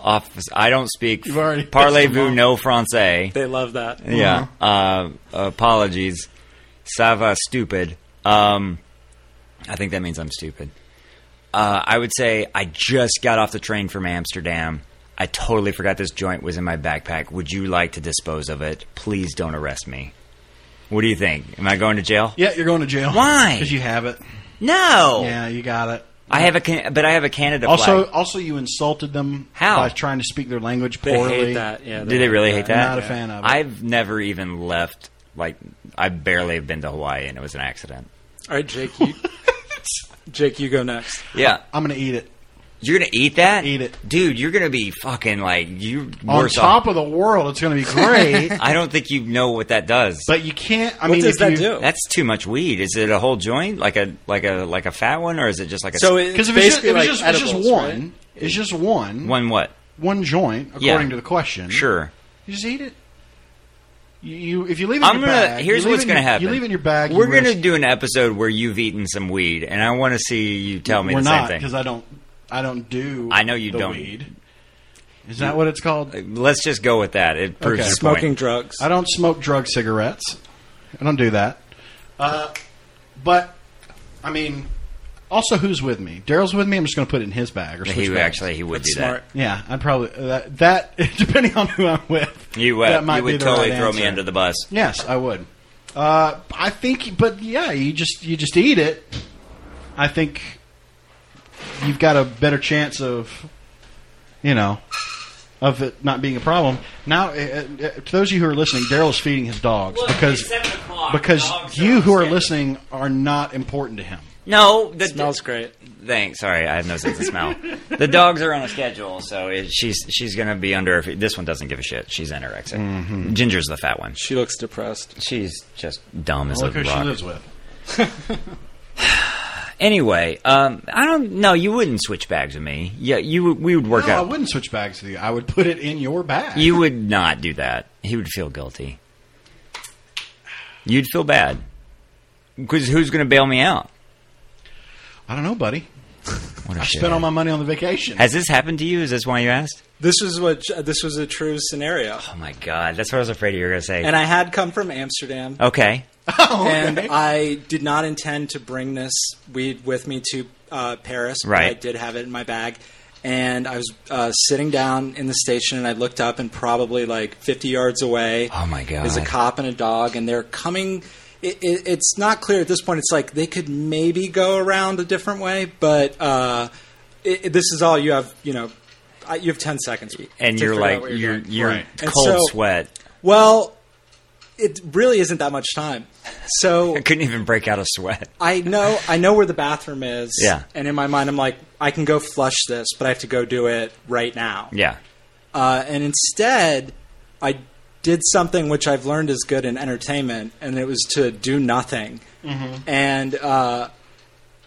office. I don't speak.
You've already pissed
parlez-vous
him
no français.
They love that.
Yeah. Uh, apologies. Sava stupid. Um, I think that means I'm stupid. Uh, I would say I just got off the train from Amsterdam. I totally forgot this joint was in my backpack. Would you like to dispose of it? Please don't arrest me. What do you think? Am I going to jail?
Yeah, you're going to jail.
Why?
Because you have it.
No.
Yeah, you got it.
I have a can- but I have a Canada
Also,
flag.
also, you insulted them
How?
by trying to speak their language
They
poorly.
hate that. Yeah.
Do they really hate that?
Not a fan of it.
I've never even left Like I barely have been to Hawaii, and it was an accident.
All right, Jake, you, Jake, you go next.
Yeah,
I'm gonna eat it.
you're gonna eat that,
Eat it.
dude. You're gonna be fucking like you
On
worse
top
off.
of the world, it's gonna be great.
I don't think you know what that does.
but you can't. I
What
mean,
does
if
that
you,
do?
That's too much weed. Is it a whole joint, like a like a like a fat one, or is it just like a
So it's
Because if it's just,
basically
if it's
like
just, it's just
edibles,
one,
right?
it's just one, one,
one what?
joint, according
Yeah.
to the question.
Sure.
Mm-hmm. You just eat it. You, you if you leave it in
I'm
your
gonna.
bag,
here's
you leave
what's
it in
gonna
your-
happen.
You leave it in your bag. you
We're gonna
risk-
do an episode where you've eaten some weed, and I want to see you tell me
We're
the
not
same
because
thing.
I don't. I don't do.
I know you
the
don't.
Weed. Is that what it's called?
Let's just go with that. It proves
Okay.
your
Smoking
point.
drugs.
I don't smoke drug cigarettes. I don't do that. Uh, but I mean, also who's with me? Daryl's with me. I'm just going to put it in his bag or
He
switch
would-
bags.
actually he would
That's
do
smart.
Yeah, I'd probably that, that depending on who I'm with.
that. You would.
that might
you
be
would
the
totally
right
throw me
answer.
under the bus.
Yes, I would. Uh, I think, but yeah, you just you just eat it. I think you've got a better chance of, you know, of it not being a problem. Now, uh, uh, to those of you who are listening, Daryl's feeding his dogs because because you who are listening are not important to him.
No, the
Smells great.
Thanks. Sorry, I have no sense of smell. the dogs are on a schedule, so it, she's she's gonna be under. If, this one doesn't give a shit. She's anorexic.
Mm-hmm.
Ginger's the fat one.
She looks depressed.
She's just dumb as
Look
a
who Oh, she
rock.
lives with.
Anyway, um, I don't. No, you wouldn't switch bags with me. Yeah, you. would- We would work
No, I
out.
wouldn't switch bags with you. I would put it in your bag.
You would not do that. He would feel guilty. You'd feel bad. Because who's going to bail me out?
I don't know, buddy.
What a
I
shit.
spent all my money on the vacation.
Has this happened to you? Is this why you asked?
This was what this was a true scenario,
Oh my god, that's what I was afraid you were going to say.
and I had come from Amsterdam,
okay.
Oh, okay.
and I did not intend to bring this weed with me to uh, Paris. but
Right.
I did have it in my bag, and I was uh, sitting down in the station, and I looked up, and probably like 50 yards away.
Oh my god.
There's a cop and a dog, and they're coming. It, it, it's not clear at this point. It's like they could maybe go around a different way, but uh, it, it- this is all you have. You know, I, you have ten seconds.
and
to
you're
figure out
like
what
you're
doing.
you're
Right.
And
cold
so-
sweat.
Well, it really isn't that much time. So
I couldn't even break out a sweat.
I know I know where the bathroom is.
Yeah.
And in my mind, I'm like, I can go flush this, but I have to go do it right now.
Yeah.
Uh, and instead, I did something which I've learned is good in entertainment, and it was to do nothing. And uh,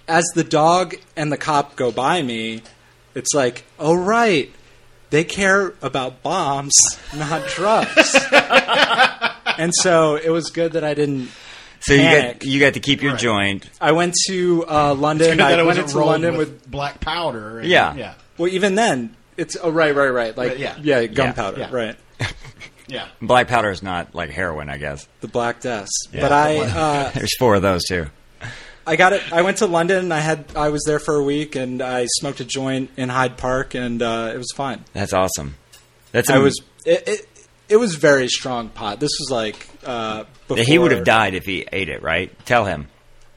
as the dog and the cop go by me, it's like, oh, right, they care about bombs, not drugs. and so it was good that I didn't.
So you
Panic.
got you got to keep your joint.
I went to uh, London.
that
I
it
went
wasn't
into
rolled
London with
black powder. and-
Yeah.
yeah,
Well, even then, it's oh right, right, right. Like
Right, yeah.
yeah, gunpowder,
Yeah.
right?
yeah.
Black powder is not like heroin, I guess.
The Black Death. But I, uh,
There's four of those too.
I got it. I went to London. And I had, I was there for a week, and I smoked a joint in Hyde Park, and uh, it was fine.
That's awesome. That's
I was, it, it, it was very strong pot. This was like uh, before
He would have died if he ate it, right? Tell him.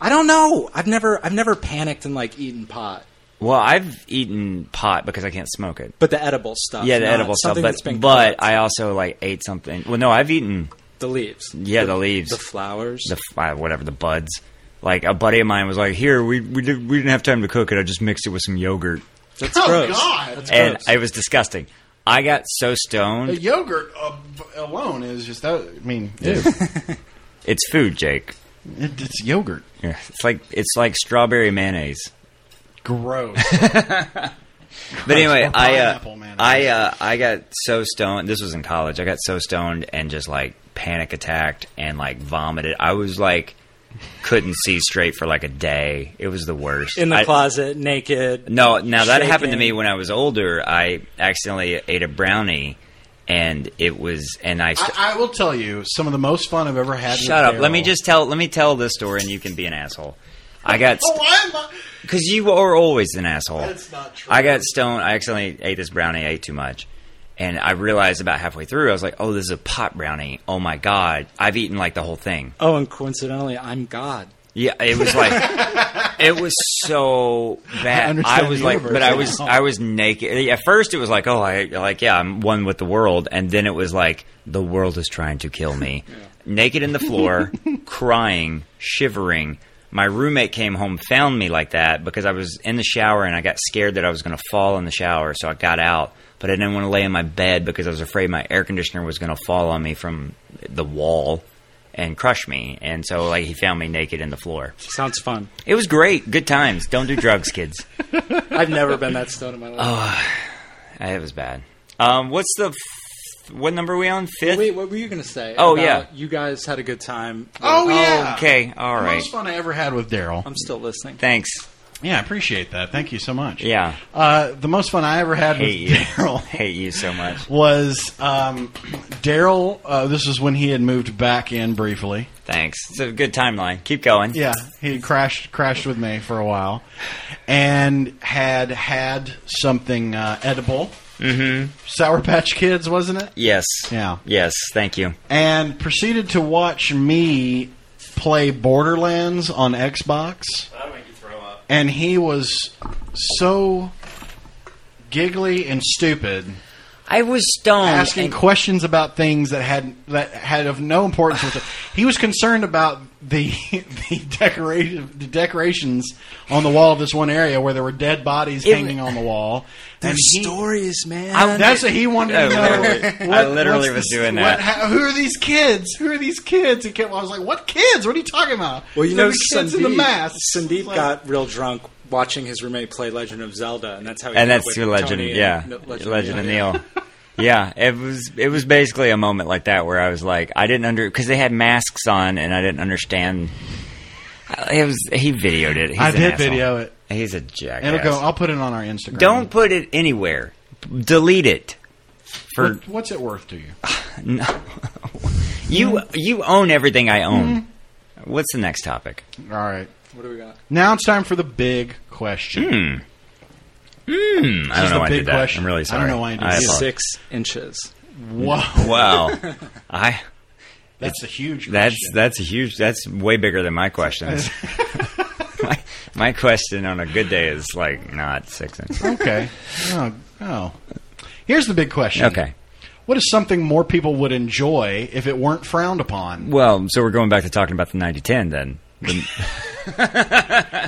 I don't know. I've never, I've never panicked and like eaten pot,
Well, I've eaten pot because I can't smoke it.
but the edible stuff.
Yeah, the
not
edible stuff,
something
but
that's been
but
cooked.
I also like ate something. Well, no, I've eaten
the leaves,
yeah the, leaves,
the flowers.
the f- uh, whatever the buds. Like a buddy of mine was like, "Here, we we, did, we didn't have time to cook it. I just mixed it with some yogurt,
that's
Oh
gross.
God!
That's
and
gross.
it was disgusting. I got so
The
stoned.
yogurt uh, alone is just. I mean,
It's food, Jake.
it, it's yogurt.
Yeah, It's like it's like strawberry mayonnaise.
Gross.
But anyway,
Or
I
pineapple
uh,
mayonnaise.
I uh, I got so stoned. This was in college. I got so stoned and just like panic attacked and like vomited. I was like couldn't see straight for like a day. It was the worst.
in the
I-
closet, naked.
No, now that happened to
shaking.
me when I was older. I accidentally ate a brownie, and it was and I. St-
I, I will tell you, some of the most fun I've ever had.
shut
with
up. Let me
Daryl-
just tell. Let me tell this story, and you can be an asshole. I got.
Oh, why am I?
Because you are always an asshole.
That's not true.
I got stoned. I accidentally ate this brownie. I ate too much. And I realized about halfway through, I was like, oh, this is a pot brownie. Oh my God. I've eaten like the whole thing.
Oh, and coincidentally, I'm God.
Yeah, it was like, it was so
I
bad. I,
understand
was
the
like,
universe
but I was,
now.
I was naked. At first, it was like, oh, I like, yeah, I'm one with the world. And then it was like, the world is trying to kill me. naked in the floor, crying, shivering. My roommate came home, found me like that because I was in the shower and I got scared that I was going to fall in the shower, so I got out. But I didn't want to lay in my bed because I was afraid my air conditioner was going to fall on me from the wall and crush me. And so, like, he found me naked in the floor.
Sounds fun.
It was great. Good times. Don't do drugs, kids.
I've never been that stoned in my life.
It was bad. Um, what's the f- what number are we on? Fifth.
Wait, what were you going to say?
Oh,
about
yeah.
you guys had a good time.
Oh, yeah.
okay. All right.
Most fun I ever had with Daryl.
oh, I'm still listening.
Thanks.
Yeah, I appreciate that. Thank you so much.
Yeah.
Uh, the most fun I ever had with
Hate you.
Daryl
Hate you so much.
was um, Daryl. Uh, this was when he had moved back in briefly.
Thanks. It's a good timeline. Keep going.
Yeah, he had crashed crashed with me for a while, and had had something uh, edible. Mm-hmm. Sour Patch Kids, wasn't it?
Yes.
Yeah.
Yes. Thank you.
And proceeded to watch me play Borderlands on Xbox.
That'll make you throw up.
and he was so giggly and stupid,
I was stoned.
asking
and-
questions about things that had that had of no importance. With it. He was concerned about the the decorative the decorations on the wall of this one area where there were dead bodies
It-
hanging on the wall. And he-
stories, man.
I-
That's what he wanted
I
to know.
Oh, literally- I literally
what's
was doing that.
what- how- who are these kids? Who are these kids? He kept, I was like, "What kids? What are you talking about?"
well, you
They're
know,
the kids in the
Sandeep,
mask.
Sandeep
Like-
got real drunk watching his roommate play Legend of Zelda, and that's how he
and
came up
that's
with
your legend.
Tony and
yeah.
N-
Legend,
of
of
Zelda.
Neil. yeah. It was. It was basically a moment like that where I was like, I didn't under because they had masks on and I didn't understand. I- It was. He videoed it. He's
I
an
did
asshole.
video it.
He's a jackass.
It'll go. I'll put it on our Instagram.
Don't put it anywhere. Delete it. For
What- what's it worth to you?
you, you own everything I own.
Mm-hmm.
What's the next topic?
All right.
What do we got?
Now it's time for the big question.
Hmm, I
is
don't
the
know why I
big
did that.
question.
I'm
I
really
don't
sorry.
know why I did that.
apologize.
Six inches.
Hmm.
Whoa,
Wow, I
that's a huge.
that's
question.
that's a huge. That's way bigger than my questions. my, my question on a good day is like not six inches.
okay. Oh, oh, here's the big question.
Okay.
what is something more people would enjoy if it weren't frowned upon?
Well, so we're going back to talking about the 90-10 then. The-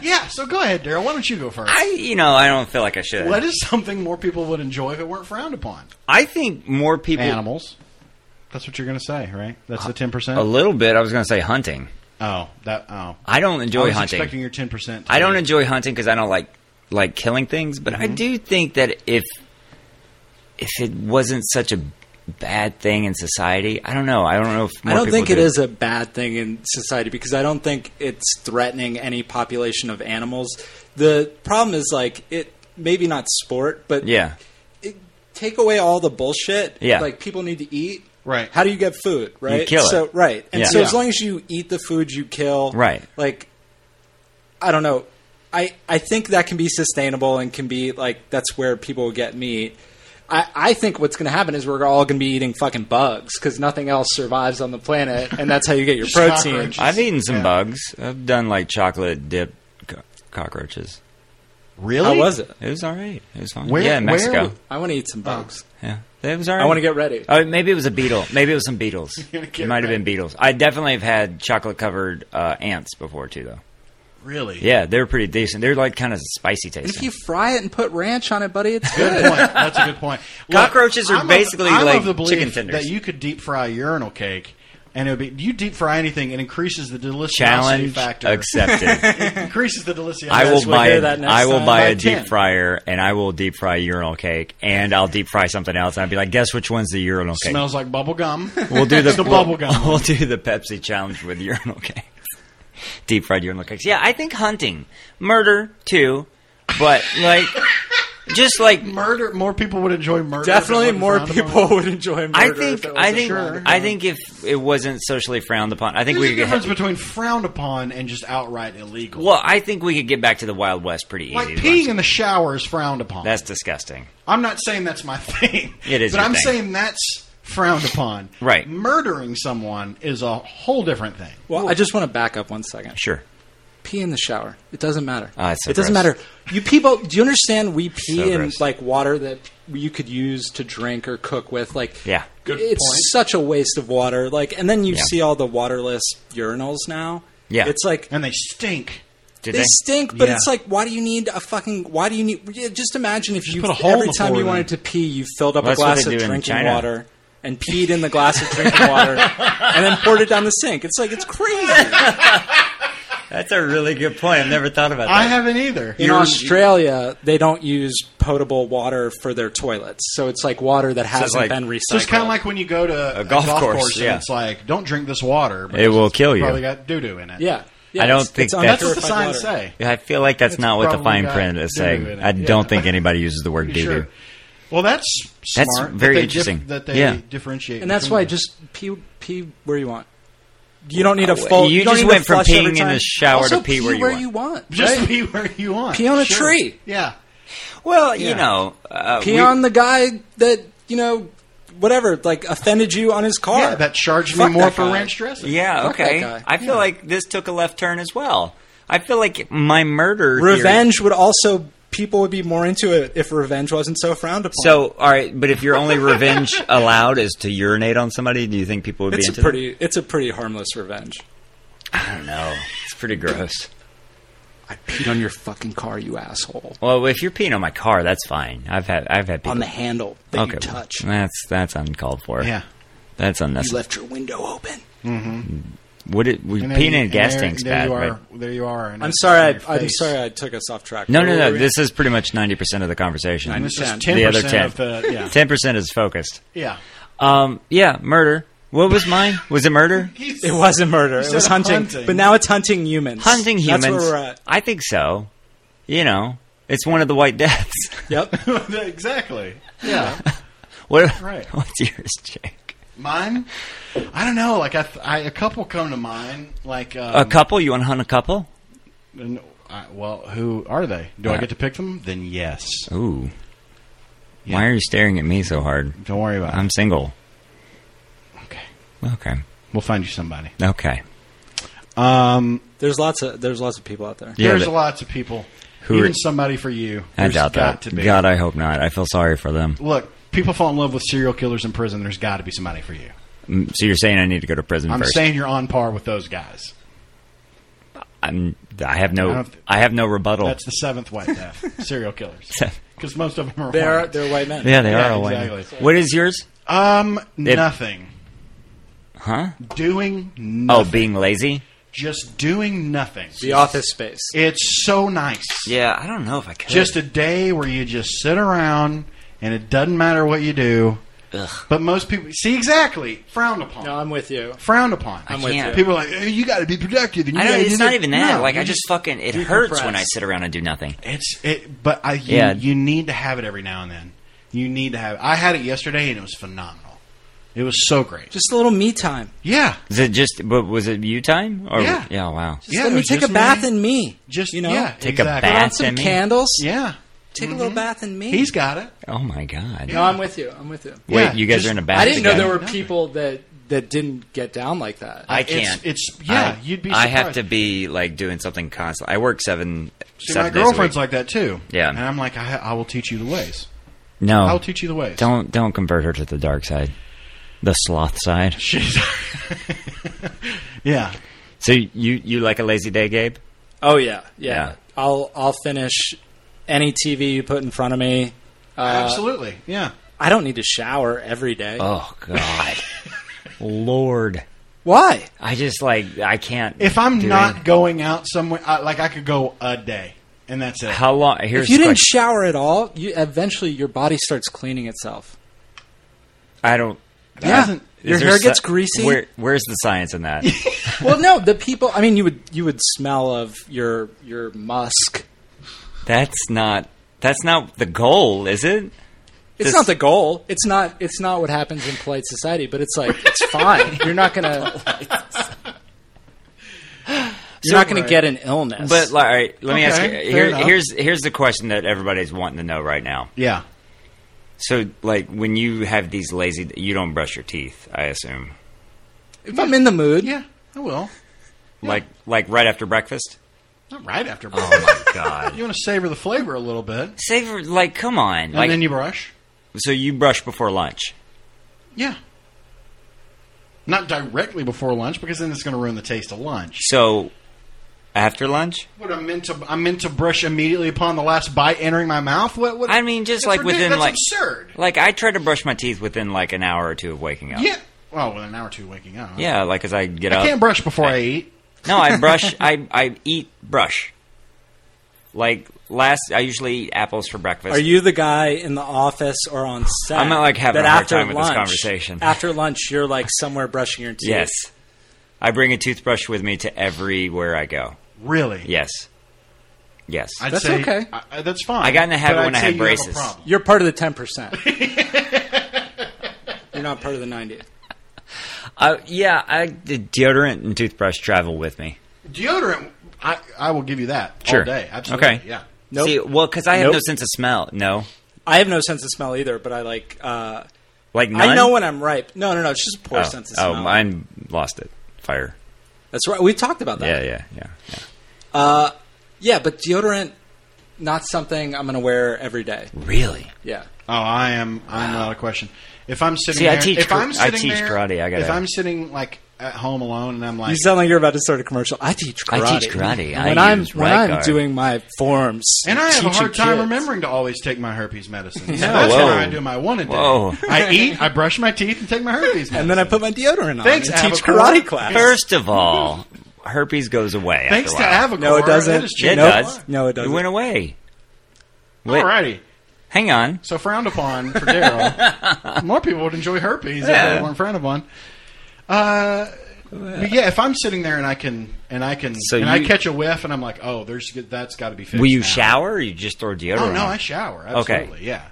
yeah. So go ahead, Daryl. Why don't you go first?
I, you know, I don't feel like I should.
what is something more people would enjoy if it weren't frowned upon?
I think more people.
Animals. That's what you're going to say, right? That's the
Uh,
ten
A
percent.
little bit. I was going to say hunting.
Oh, that. Oh,
I don't enjoy
I was
hunting.
expecting your ten percent.
I don't enjoy hunting because I don't like like killing things, but I
Mm-hmm.
do think that if if it wasn't such a bad thing in society, I don't know. I don't know if more
I don't
people
think
do
it is a bad thing in society because I don't think it's threatening any population of animals. The problem is like it maybe not sport, but
Yeah,
it, take away all the bullshit.
Yeah.
like people need to eat.
Right.
How do you get food? Right.
kill it.
so right, and
Yeah.
so as
Yeah.
long as you eat the food you kill,
Right.
Like, I don't know. I I think that can be sustainable and can be like that's where people will get meat. I, I think what's going to happen is we're all going to be eating fucking bugs because nothing else survives on the planet, and that's how you get your
Just
protein.
cockroaches.
I've eaten some
Yeah.
bugs. I've done like chocolate dip co- cockroaches.
Really?
How was it?
It was all right. It was fine.
Where-
yeah, in
where-
Mexico.
I want to eat some bugs.
yeah, it was all right.
I wanna get ready.
Oh, maybe it was a beetle. Maybe it was some beetles.
You're gonna
it
get
might have
ready.
been beetles. I definitely have had chocolate covered uh, ants before too, though.
Really?
Yeah, they're pretty decent. They're like kind of spicy tasting.
If you fry it and put ranch on it, buddy, it's
Good
good.
point. That's a good point. Look,
Cockroaches are
I'm of-
basically
I'm
like
of the belief
chicken tenders.
That you could deep fry a urinal cake, and it would be you deep fry anything, it increases the deliciousness
Challenge
factor.
accepted.
It increases the deliciousness.
I will
we'll
buy.
hear
A,
that next
I will
time.
buy
By
a deep
10.
fryer, and I will deep fry urinal cake, and I'll deep fry something else. And I'll be like, guess which one's the urinal cake?
Smells like bubble gum.
We'll do the,
It's the
we'll-
bubble gum.
We'll do the Pepsi challenge with urinal cakes, deep fried urinal cakes. Yeah, I think hunting, murder too, but like, just like.
murder. More people would enjoy murder. if it
Definitely
wasn't
more
frowned upon.
people would enjoy murder.
I
if
think
it
I
wasn't
think
frowned
I
upon.
think if it wasn't socially frowned upon, I think
There's a
we could
difference
get
between frowned upon and just outright illegal.
well. I think we could get back to the Wild West pretty easy.
Like
is what I'm
peeing
saying.
in the shower is frowned upon.
That's disgusting.
I'm not saying that's my thing.
It is
but
your
I'm
thing.
saying that's frowned upon.
Right.
Murdering someone is a whole different thing.
Well, I just want to back up one second.
Sure.
pee in the shower. It doesn't matter.
Ah, it's so
it doesn't
gross.
matter. You people, do you understand? We pee
So
in
gross.
like water that you could use to drink or cook with. Like,
Yeah.
Good
it's
point.
such a waste of water. Like, and then you
Yeah.
see all the waterless urinals now.
Yeah.
it's like
and they stink.
Did
they, stink, but
Yeah.
it's like, why do you need a fucking? Why do you need? yeah, Just imagine if you
put a hole in
every
the
time
floor
you
then.
wanted to pee, you filled up
Well,
a
that's what
glass
they
of
do in
drinking
China.
water and peed in the glass of drinking water and then poured it down the sink. It's like it's crazy.
That's a really good point. I've never thought about that.
I haven't either.
In Australia, they don't use potable water for their toilets, so it's like water that hasn't
like-
been recycled.
So it's kind of like when you go to
A golf
course,
course,
and
yeah.
it's like, don't drink this water. because
It will
it's
kill you.
Probably got doo doo in it.
yeah, yeah
I don't
it's-
think
it's
that's-
that's what the
unpurified
signs
water.
say.
I feel like that's
It's
not what the
probably
fine
got
print is
doo-doo in
saying.
it.
I
Yeah.
don't think anybody uses the word
Pretty
doo doo.
sure. Well, that's smart.
That's
that
very
they
interesting.
that they
Yeah.
differentiate,
and that's
between
why
them.
just pee pee where you want. You don't need a full.
Uh, You
don't
just
need to
went from
flush every
peeing in
time.
the shower
Also
to pee where you want.
you want.
just
right?
pee where you want.
Pee on a
Sure.
tree.
Yeah.
Well,
Yeah.
you know, uh,
pee
we-
on the guy that you know, whatever, like offended you on his car.
Yeah, that charged me
Fuck
more
that
for
guy.
ranch dressing.
Yeah,
Fuck
okay.
that guy.
I feel like this took a left turn as well. I feel like my murder theory-
Revenge would also people would be more into it if revenge wasn't so frowned upon.
So, all right, but if your only revenge allowed is to urinate on somebody, do you think people would
it's
be
a
into
pretty it's a pretty harmless revenge.
that? I don't know. It's pretty gross.
I peed on your fucking car, you asshole.
Well, if you're peeing on my car, that's fine. I've had I've had people
On the handle that
okay.
you touch.
That's that's uncalled for.
Yeah.
that's
You
unnecessary.
left your window open.
Would it? Would
And there
peeing
you-
in a
and
gas
there-
tank's
there
bad.
You are,
right?
There you are. and
I'm
it's
sorry.
in
I,
your
I'm
face.
sorry. I took us off track.
No,
Where
no,
were
no.
we?
This is pretty much ninety percent of the conversation.
Ninety-
This is 10%
The
The other ten.
of the, yeah.
Ten percent is focused.
yeah.
Um, yeah, murder. What was mine? Was it murder?
It was a murder. It
said
was hunting,
hunting.
but now it's hunting humans.
Hunting humans.
That's where we're at.
I think so. You know, it's one of the white deaths.
Yep.
exactly. Yeah.
what?
Right.
What's yours, Jake?
Mine? I don't know. Like, I, th- I a couple come to mind. Like, um,
a couple? You want to hunt a couple?
and I, well, who are they? Do I
Uh,
get to pick them? Then yes.
Ooh. Why are you staring at me so hard?
Don't worry about
I'm single.
it. Okay.
Okay.
We'll find you somebody.
Okay.
Um,
There's lots of there's lots of people out there.
Yeah,
there's
but-
lots of people.
Who
Even
are-
somebody for you.
I
There's
doubt
got
that.
To be.
God, I hope not. I feel sorry for them.
Look, people fall in love with serial killers in prison. There's got to be somebody for you.
Mm, So you're saying I need to go to prison
I'm
first?
saying you're on par with those guys.
I'm. I have
I
no.
don't th-
I have no rebuttal.
That's the seventh white death. serial killers. Because most of them are.
They are
white.
they're white men.
yeah, they
Yeah,
are a white.
exactly.
What is yours?
Um,
If-
nothing.
Huh?
Doing
Oh,
nothing.
being lazy.
Just doing nothing.
The office space.
It's so nice.
Yeah, I don't know if I could.
Just a day where you just sit around and it doesn't matter what you do.
Ugh.
But most people see exactly frowned upon.
No, I'm with you.
frowned upon.
I'm with
can't.
you.
People are like, hey, you got to be productive. And you
I don't,
gotta do
it's not
this."
even that.
No,
like I
you
just fucking it
decompress.
hurts when I sit around and do nothing.
It's it, but I you,
Yeah.
you need to have it every now and then. You need to have. I had it yesterday and it was phenomenal. It was so great.
Just a little me time.
yeah,
Is it just? But was it you time? Or,
Yeah.
Wow.
Just
Yeah,
let
it
me
was
take
just
a bath
me.
in me.
just
you know,
yeah,
Take a
exactly.
put on
bath in
some
me.
candles.
Yeah,
Take a little bath in me.
he's got it.
Oh my god.
No, I'm with you. I'm with you.
Wait,
Yeah,
you guys
just-
are in a bath.
I didn't know
together?
there were
Nothing.
people that that didn't get down like that.
I
It's-
can't.
it's- yeah, you'd be
I have
surprised.
to be like doing something constantly. I work seven.
See, my
seven days a
girlfriend's
week.
like that too.
Yeah.
and I'm like, I, I will teach you the ways.
no.
I'll teach you the ways.
Don't don't convert her to the dark side, the sloth side.
She's. yeah,
So you you like a lazy day, Gabe?
oh yeah,
Yeah.
I'll I'll finish any TV you put in front of me. Uh,
absolutely. Yeah,
I don't need to shower every day.
Oh God, Lord!
Why?
I just like I can't.
if I'm
do
not
anything.
going out somewhere, I, like I could go a day and that's it.
how long? Here's
if you
the
didn't
question.
shower at all, you eventually your body starts cleaning itself.
I don't.
Yeah.
Isn't-
Your
Is there
hair gets
sci-
greasy.
Where, where's the science in that?
well, no, the people. I mean, you would you would smell of your your musk.
that's not. That's not the goal, is it?
It's
This-
not the goal. It's not. It's not what happens in polite society. But it's like it's fine. You're not gonna. You're not gonna get an illness.
But like, all right, let me ask
fair
you. Here,
enough.
here's here's the question that everybody's wanting to know right now.
Yeah,
So, like, when you have these lazy, you don't brush your teeth, I assume.
if I'm in the mood,
yeah, I will.
Like, like right after breakfast.
Not right after
Oh
breakfast.
my god!
You want to savor the flavor a little bit, and
Savor like come on, like
then you brush.
so you brush before lunch.
Yeah. Not directly before lunch because then it's going to ruin the taste of lunch.
So after lunch,
What I'm meant to I'm meant to brush immediately upon the last bite entering my mouth. What? what
I mean, just
That's
like within
ridiculous.
like
That's absurd.
Like I try to brush my teeth within like an hour or two of waking up.
Yeah. Well, with an hour or two waking up.
yeah. Like as I get up,
I can't brush before I eat.
No, I brush. I I eat brush. Like last, I usually eat apples for breakfast.
Are you the guy in the office or on set?
I'm not, like, having
that
a hard
after
time with this
lunch-
conversation.
After lunch, you're like somewhere brushing your teeth.
Yes. I bring a toothbrush with me to everywhere I go.
Really?
Yes. Yes. I,
I'd
That's
say-
okay.
I, I- that's fine.
I got in the habit
But I'd
when I
say
had
you have a
braces.
problem.
You're part of the 10%. you're not part of the 90.
Uh, yeah, I the deodorant and toothbrush travel with me.
Deodorant. I, I will give you that
Sure.
all day. Absolutely.
Okay.
Yeah.
Nope.
See, well, because I have no
Nope.
sense of smell. No.
I have no sense of smell either, but I like. Uh,
Like none?
I know when I'm ripe. No, no, no. It's just a poor
oh.
sense of
oh,
smell.
mine lost it. Fire.
That's right. We've talked about that.
Yeah, yeah, yeah. yeah.
Uh, yeah, but deodorant, not something I'm going to wear every day.
Really?
Yeah.
Oh, I am. I'm not a question. If I'm sitting,
See, I
there-
teach
if
kar-
I'm
I
sitting
teach
there-
karate, I gotta-
If I'm sitting like at home alone and I'm like,
You sound like you're about to start a commercial. I teach karate.
I teach karate. I
When am
use
when
right
I'm
guard.
doing my forms,
and I have a
teaching
hard time
kids.
remembering to always take my herpes medicine. So
Yeah.
that's
Whoa.
how I do my one a day.
Whoa.
I eat, I brush my teeth, and take my herpes. medicine.
And then I put my deodorant on.
Thanks,
and teach
Avocor.
karate class.
First of all, herpes goes away.
Thanks
after
to
a while.
Avocor,
No, it doesn't.
It has
Yeah, it
changed
Nope.
my
does.
life.
No, it doesn't.
It went away. Wait,
Alrighty.
hang on.
So frowned upon for Daryl. More people would enjoy herpes
Yeah.
if they weren't frowned upon. Uh, but yeah, if I'm sitting there and I can and I can
So
and I
you-
catch a whiff and I'm like, oh, there's that's got to be fixed.
Will you
now.
shower or you just throw deodorant?
Oh no,
on?
I shower.
Okay.
Absolutely, yeah.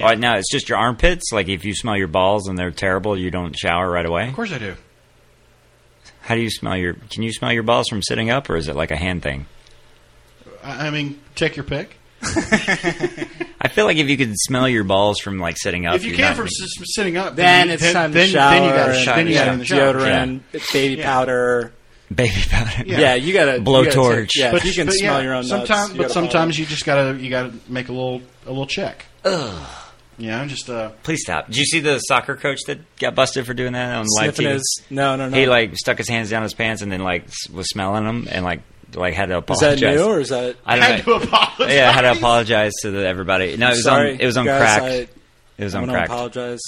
All right, now it's just your armpits. Like if you smell your balls and they're terrible, you don't shower right away.
Of course I do.
How do you smell your? Can you smell your balls from sitting up, or is it like a hand thing?
I, I mean, take your pick.
I feel like if you could smell your balls from like sitting up,
if you
you're
can
not-
from s- sitting up,
then
you-
it's time
then,
to shower.
Then you got
and
to then you
yeah,
got in
and
the shower.
deodorant, baby
Yeah.
powder.
baby powder.
Yeah.
Yeah, you got to
Blowtorch.
Yeah,
But-
you can
But
smell
yeah,
your own. nuts.
Sometimes,
You
but
gotta
sometimes you just gotta you gotta make a little a little check. Ugh. You know, just uh,
Please stop. Did you see the soccer coach that got busted for doing that on
follow it.
live
sniffing
TV?
is no, no, no.
He like stuck his hands down his pants and then like s- was smelling them and like like had to
is
apologize.
that new or is that?
I don't know.
had to apologize.
yeah, I had to apologize to the, everybody. No, it was
Sorry,
on. It was on
guys,
crack.
I,
it was
I'm
on
gonna
crack.
apologize.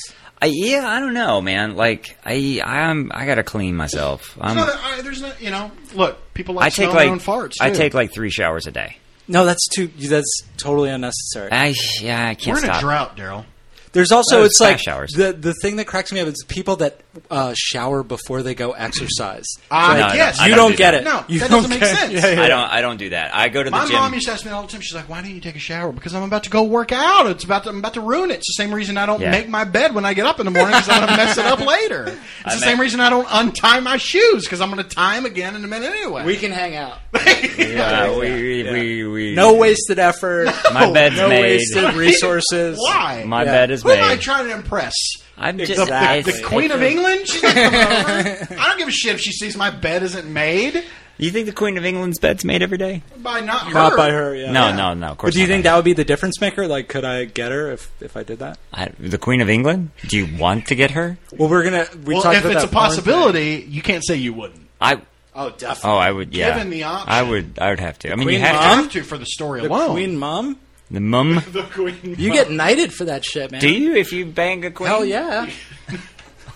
I, yeah, I don't know, man. Like I, I'm, I gotta clean myself. I'm,
No, I, there's not. You know, look, people like
I take
smelling
like
their own farts.
I
too.
take like three showers a day.
No, that's too. That's totally unnecessary.
I yeah, I can't
We're in
stop.
a drought, Daryl.
There's also
No, it's
it's like
bath showers.
the the thing that cracks me up is people that uh, shower before they go exercise.
Ah,
Like,
no,
yes,
I
you
don't
don't,
do
get
that.
it.
No,
you
that
don't
doesn't make
get it.
sense.
Yeah, yeah,
I
yeah.
don't. I don't do that. I go to the
My
gym.
mom used to ask me all the time. She's like, "Why don't you take a shower? Because I'm about to go work out. It's about to, I'm about to ruin it. It's the same reason I don't
Yeah.
make my bed when I get up in the morning because I'm going to mess it up later. It's the
meant-
same reason I don't untie my shoes because I'm going to tie them again in a minute anyway.
We can hang out.
yeah, we, we, we,
No wasted effort.
My bed's
no
made.
wasted resources.
Why?
My
Yeah.
bed is
Who am I
made.
trying to impress?
I'm just
Exactly.
The
it's-
Queen of England? She's not coming over. I don't give a shit if she sees my bed isn't made
You think the Queen of England's bed's made every day?
by not her.
Not by her. Yeah.
No,
Yeah.
no, no. Of course.
But do you
not.
think that would be the difference maker? Like, could I get her if if I did that?
I, the Queen of England? Do you want to get her?
Well, we're gonna. We
Well,
talked
if
about
it's a
that porn
possibility, you can't say you wouldn't.
I.
thing. Oh, definitely.
Oh, I would. Yeah.
Given the option.
I would. I would have to. I mean, you
Queen
have
Mom?
to.
have to for the story
The
alone.
queen mom.
The mum.
the queen.
You get knighted for that shit, man.
Do you? If you bang a queen?
Hell yeah.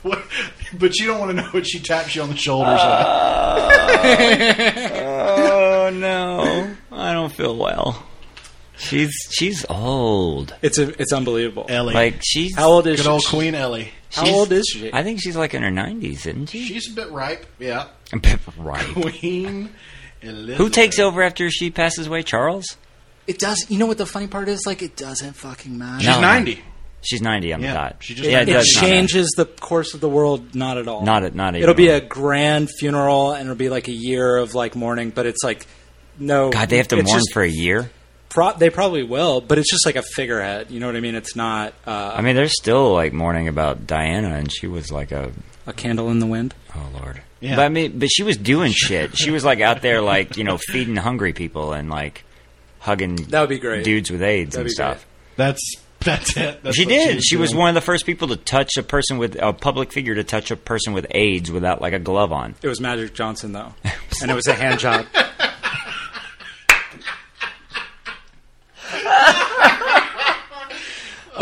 What- but you don't want to know what she taps you on the shoulders.
Uh, Oh no, I don't feel well. She's she's old.
It's a, it's unbelievable.
with. Ellie,
Like she's
How old is
good
she?
old Queen Ellie.
How
she's-
old is she?
I think she's like in her nineties, isn't she?
She's a bit ripe. Yeah,
right.
Queen Elizabeth.
Who takes over after she passes away? Charles.
It does. You know what the funny part is? Like it doesn't fucking matter.
No.
She's ninety.
She's ninety. I'm
Yeah,
not.
she just-
yeah,
it
it does not matter.
changes the course of the world. Not at all.
Not at- not even
It'll be
all.
a grand funeral, and it'll be like a year of like mourning. But it's like no.
God, they have to
it's
mourn
just
for a year.
Pro- they probably will, but it's just like a figurehead. You know what I mean? It's not. Uh,
I mean, they're still like mourning about Diana, and she was like a
A Candle in the Wind.
Oh Lord.
Yeah.
But I mean, but she was doing shit. She was like out there, like you know, feeding hungry people and like hugging.
That would be great.
Dudes with AIDS
That'd
and
be
stuff.
That's that's it. That's
She
what
did. She was
doing.
one of the first people to touch a person with a public figure to touch a person with AIDS without like a glove on.
It was Magic Johnson though, and it was a hand job.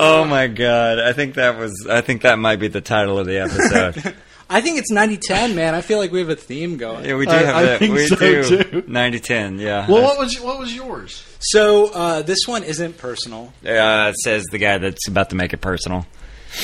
Oh my god! I think that was. I think that might be the title of the episode.
I think it's 90-10, man. I feel like we have a theme going.
yeah, we do
I-
have
I
that.
think
we
so,
do.
too.
Ninety ten. Yeah.
Well, what was what was yours?
So uh, this one isn't personal.
uh, says the guy that's about to make it personal.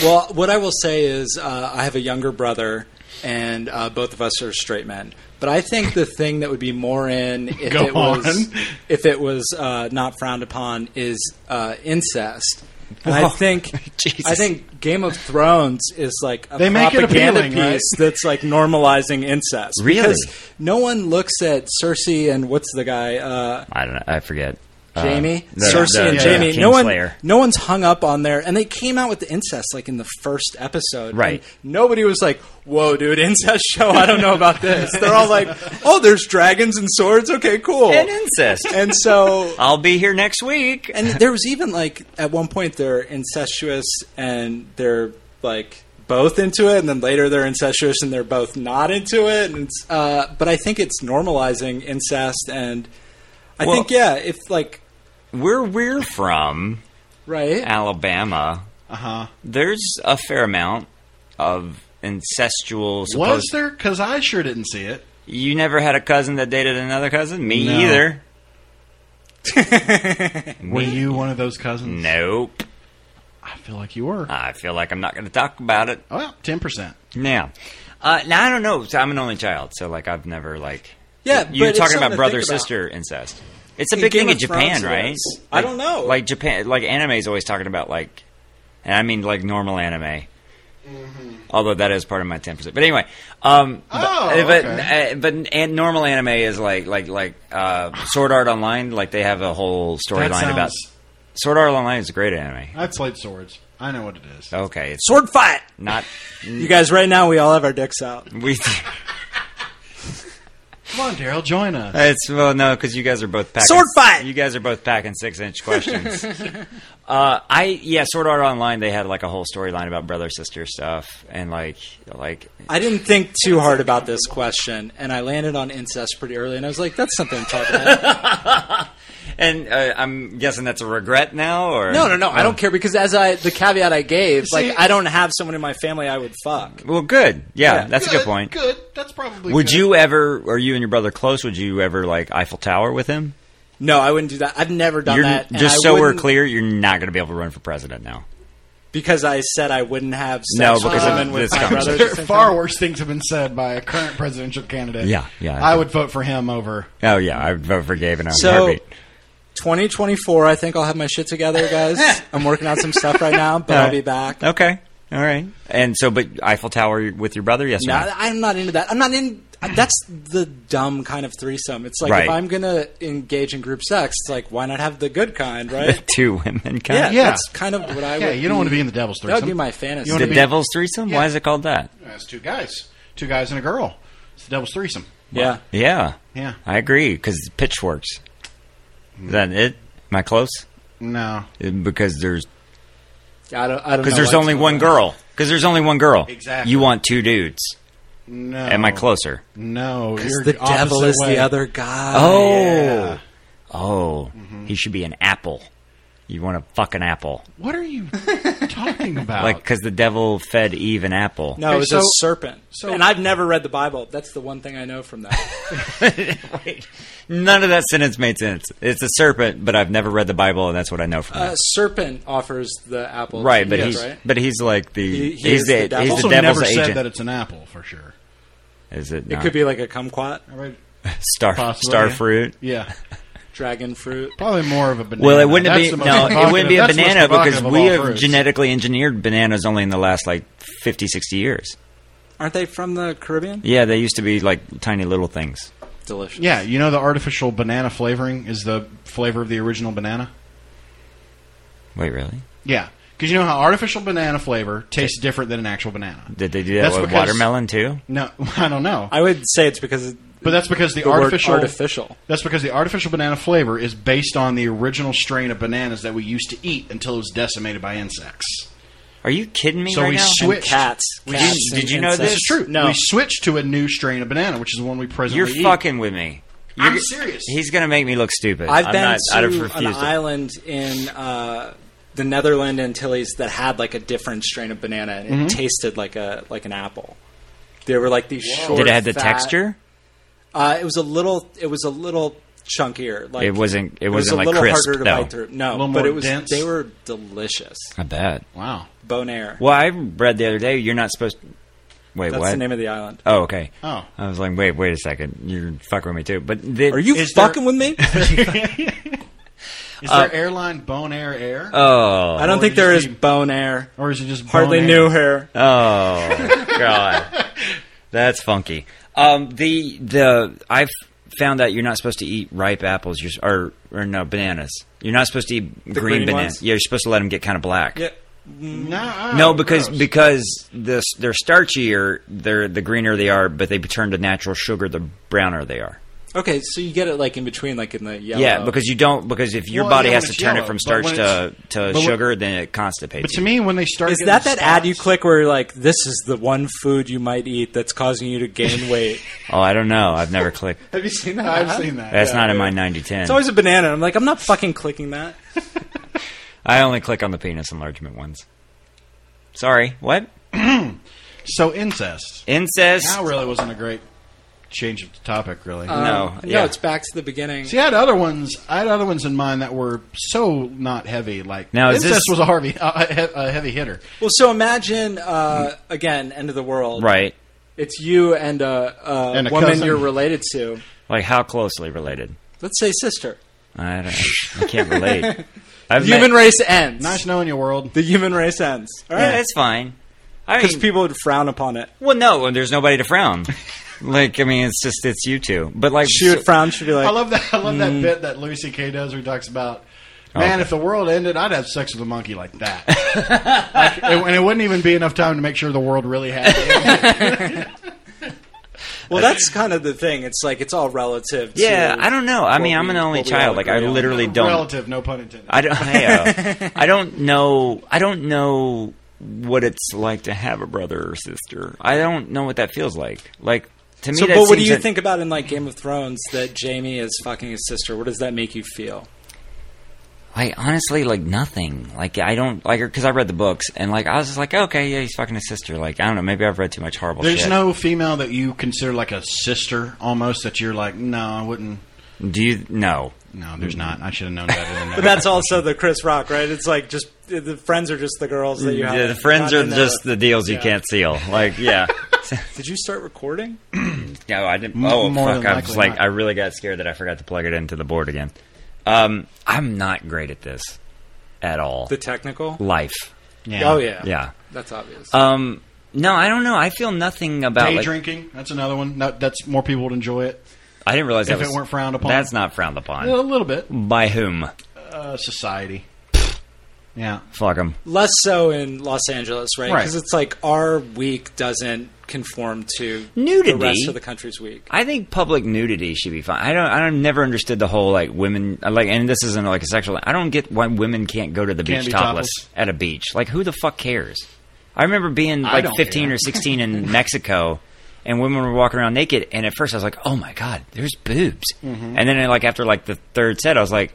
Well, what I will say is uh, I have a younger brother, and uh, both of us are straight men. But I think the thing that would be more in if
Go
it was
on.
if it was uh, not frowned upon is uh, incest. And
Oh,
I
Whoa.
think
Jesus.
I think Game of Thrones is like a
They make it
propaganda
appealing,
piece
right?
that's like normalizing incest.
Really?
Because no one looks at Cersei and what's the guy? Uh,
I don't know. I forget.
Jamie,
the-
Cersei,
the-
and
yeah,
Jamie.
yeah.
No one,
Kingslayer.
no one's hung up on there, and they came out with the incest like in the first episode.
Right.
And nobody was like, "Whoa, dude, incest show! I don't know about this." They're all like, "Oh, there's dragons and swords. Okay, cool."
and incest.
And so,
I'll be here next week.
and there was even like at one point they're incestuous and they're like both into it, and then later they're incestuous and they're both not into it. And it's, uh, but I think it's normalizing incest, and I
Well-
think yeah, if like
Where we're from,
right.
Alabama,
Uh huh.
there's a fair amount of incestual.
Was
Supposed,
there? Because I sure didn't see it.
You never had a cousin that dated another cousin? Me
No.
either.
Were you one of those cousins?
Nope.
I feel like you were.
I feel like I'm not going to talk about it
well, ten percent.
now. Uh, now I don't know. So I'm an only child, so like I've never like.
Yeah,
you're
but it's
talking
something
about
to
brother
think about.
sister incest. It's a
In
big
Game
thing in
of Thrones
Japan,
it
right?
is. I
Like-
don't know.
Like Japan, like anime is always talking about like, and I mean like normal anime.
Mm-hmm.
Although that is part of my ten percent, but anyway, um,
Oh,
but but,
okay.
uh, but and normal anime is like like like uh, Sword Art Online. Like they have a whole storyline about Sword Art Online is a great anime.
I've played swords. I know what it is.
Okay, it's
Sword fight.
not
You guys, right now we all have our dicks out.
we.
Come on, Daryl, join us.
It's well, no, because you guys are both packing,
Sword fight!
You guys are both packing six inch questions. uh, I yeah, Sword Art Online. They had like a whole storyline about brother sister stuff, and like like
I didn't think too hard about this question, and I landed on incest pretty early, and I was like, "That's something to talk about."
and uh, I'm guessing that's a regret now, or
no, no, no. I don't care because as I the caveat I gave,
See-
like I don't have someone in my family I would fuck.
Well, good. Yeah,
Yeah.
that's a good point.
Good. That's probably.
Would
good.
you ever? Are you and your brother close? Would you ever like Eiffel Tower with him?
No, I wouldn't do that. I've never done
You're,
that. and
just
I
so we're
wouldn't-
clear, you're not going to be able to run for president now.
because I said I wouldn't have sex
No,
with
because of
women with
this
my
conversation.
brothers.
There
or
are
something.
far worse things have been said by a current presidential candidate.
Yeah, yeah.
I would vote for him over.
Oh yeah, I would vote for Gavin on
So-
heartbeat.
2024, I think I'll have my shit together, guys. I'm working out some stuff right now, but I'll be back.
Uh, Okay. All right. And so, but Eiffel Tower with your brother? Yes. or
No,
no?
I'm not into that. I'm not in. That's the dumb kind of threesome. It's like
Right.
if I'm gonna engage in group sex, it's like why not have the good kind, right?
two women
yeah,
kind
Yeah.
that's kind of what I
Yeah,
would.
you don't want to be in the devil's
That
threesome.
would be my fantasy.
You wanna
the
be-
devil's threesome why
Yeah.
is it called that
That's two guys, two guys and a girl. It's the devil's threesome.
yeah,
yeah
Yeah.
i agree because pitchforks is that it am i close Uh,
No.
because there's
I don't. I don't.
because
know
there's
what's
only
going
one
on.
girl because there's only one girl
Exactly.
you want two dudes
No.
am i closer
No. You're
The devil
opposite
is
way.
the other guy.
oh
yeah. Mm-hmm.
oh he should be an apple you want a fucking apple
What are you talking about?
Like 'cause like because the devil fed eve an apple
no,
Okay,
it was
so-
a serpent.
so-
and I've never read the Bible. That's the one thing I know from that.
Wait. none of that sentence made sense it's a serpent but i've never read the bible and that's what i know from
uh,
that
serpent offers the apple, to
Right, but
Eve,
he's
right?
but he's like the
He- he
he's
is
the,
the devil.
he's
also
the devil's
never
agent.
said that it's an apple for sure.
Is it?
It
not?
could be like a kumquat,
I read-
star
Possibly,
star
yeah.
fruit.
Yeah.
dragon fruit.
Probably more of a banana.
Well, it wouldn't
That's
be
the most
no. It wouldn't be a
provocative-
banana
that's the most
because
provocative
we
of
have
all fruits.
genetically engineered bananas only in the last like 50, 60 years.
Aren't they from the Caribbean?
Yeah, they used to be like tiny little things.
Delicious.
Yeah, you know the artificial banana flavoring is the flavor of the original banana.
Wait, really?
Yeah, Because you know how artificial banana flavor tastes different than an actual banana.
Did they do that
That's
with
because-
watermelon too?
No, I don't know.
I would say it's because it-
But that's because the,
The word
artificial
artificial.
That's because the artificial banana flavor is based on the original strain of bananas that we used to eat until it was decimated by insects.
Are you kidding me
So
right
we
now?
switch- Switched.
cats.
We
cats
didn't-
and
did you know
insects.
this? This is true.
No.
We switched to a new strain of banana, which is the one we presently
You're
eat.
fucking with me. You're,
I'm serious.
He's gonna make me look stupid.
I've
I'm
been
not, I'd have
to an
refused it.
island in uh, the Netherlands Antilles that had like a different strain of banana, and
Mm-hmm.
it tasted like a like an apple. They were like these short.
Did it have the
fat-
texture?
Uh, it was a little. It was a little chunkier. Like
It wasn't- it wasn't,
was a
like,
little
crisp,
harder to
though.
bite through. No,
little
but
more
it was.
dense.
They were delicious.
I bet.
Wow.
Bonaire.
Well, I read the other day you're not supposed. to... Wait,
That's
what?
the name of the island.
oh, okay.
Oh.
I was like, wait, wait a second. You're fucking with me too. But the,
Are you
Is there-
fucking with me?
Is
Uh,
there airline bone air air?
Oh,
I don't
Or
think
did
there
you
is
see-
bone air.
or is it just
uh, Hardly
Bonaire?
knew her.
Oh god, that's funky. Um, the the I've found out you're not supposed to eat ripe apples. You're, s- or or no bananas. You're not supposed to eat green,
green
bananas.
ones?
Yeah, you're supposed to let them get kind of black.
Yeah. Mm.
No,
No, because
Oh, gross.
because the, s- they're starchier. They're the greener they are, but they turn to natural sugar. The browner they are.
Okay, so you get it like in between, like in the yellow.
Yeah, because you don't because if your
Well,
body
yeah,
has
when
to
it's
turn it
yellow,
from
but
starch
when
to
it's-
to
but when-
sugar, then it constipates.
But to
you.
me, when they start,
Is
getting
that that ad you
spots-
click where you're like, this is the one food you might eat that's causing you to gain weight?
oh, I don't know. I've never clicked.
Have you seen that?
I've seen that.
That's
yeah.
not in my ninety ten.
It's always a banana. I'm like, I'm not fucking clicking that.
I only click on the penis enlargement ones. Sorry, what?
So incest.
Incest?
That really wasn't a great change of topic, really.
no,
Um,
yeah.
no, it's back to the beginning.
See, I had other ones. I had other ones in mind that were so not heavy. Like
Now, is
incest
this-
was a Harvey, a, he- a heavy hitter.
Well, so imagine uh, again, end of the world.
right.
It's you and a, a
And a
woman
cousin.
you're related to.
Like how closely related?
Let's say sister.
I don't. I can't relate. I've
Human
met,
race ends.
Nice knowing your world.
The human race ends. All
Yeah,
right.
that's fine. I
Because
mean,
people would frown upon it.
well, no, there's nobody to frown. like, I mean, it's just it's you two. But like,
She would frown. She'd be like,
I love that. I love that bit that Louis C.K. does where he talks about. Man,
Okay.
if the world ended, I'd have sex with a monkey like that, Like, it- and it wouldn't even be enough time to make sure the world really happened.
Well, that's kind of the thing. It's like it's all relative.
yeah,
to
I don't know. I mean,
what
I'm
we-
an only
what we
child.
all
Like, I
agree on.
literally don't.
Relative, no pun intended.
I don't. Hey, uh, I don't know. I don't know what it's like to have a brother or sister. I don't know what that feels like. Like to me,
So,
that
but what do
seems
you
a-
think about in like Game of Thrones that Jamie is fucking his sister? What does that make you feel?
Like honestly, like nothing. Like I don't like because I read the books and like I was just like, okay, yeah, he's fucking his sister. Like I don't know, maybe I've read too much horrible.
There's
shit.
no female that you consider like a sister almost that you're like, no, I wouldn't.
Do you? No.
No, there's not. I should have known better than that.
But that's also the Chris Rock, right? It's like just the friends are just Mm, the girls that you have.
The, the friends are
gotten to know.
just the deals you
Yeah.
can't seal. Like yeah.
Did you start recording?
No, I didn't.
M-
Oh
more
fuck!
than
I was
likely
like,
not.
I really got scared that I forgot to plug it into the board again. Um, I'm not great at this at all.
The technical?
Life.
yeah.
Oh yeah, Uh,
Yeah.
That's obvious.
Um, no, I don't know. I feel nothing about.
Day
like-
drinking. That's another one. That, that's more people would enjoy it.
I didn't realize
If
that
it
was-
weren't frowned upon.
That's not frowned upon.
a little bit.
By whom?
Uh, society. Yeah.
Fuck them.
Less so in Los Angeles, right?
Right.
Because it's like our week doesn't conform to
Nudity?
the rest of the country's week.
I think public nudity should be fine. I don't. I don't never understood the whole like women like, and this isn't like a sexual. I don't get why women can't go to the
Can't
beach
be
topless,
topless.
at a beach. Like, who the fuck cares? I remember being
I
like
don't
15
care.
or 16 in Mexico, and women were walking around naked. And at first, I was like, "Oh my god, there's boobs." And then, like after like the third set, I was like,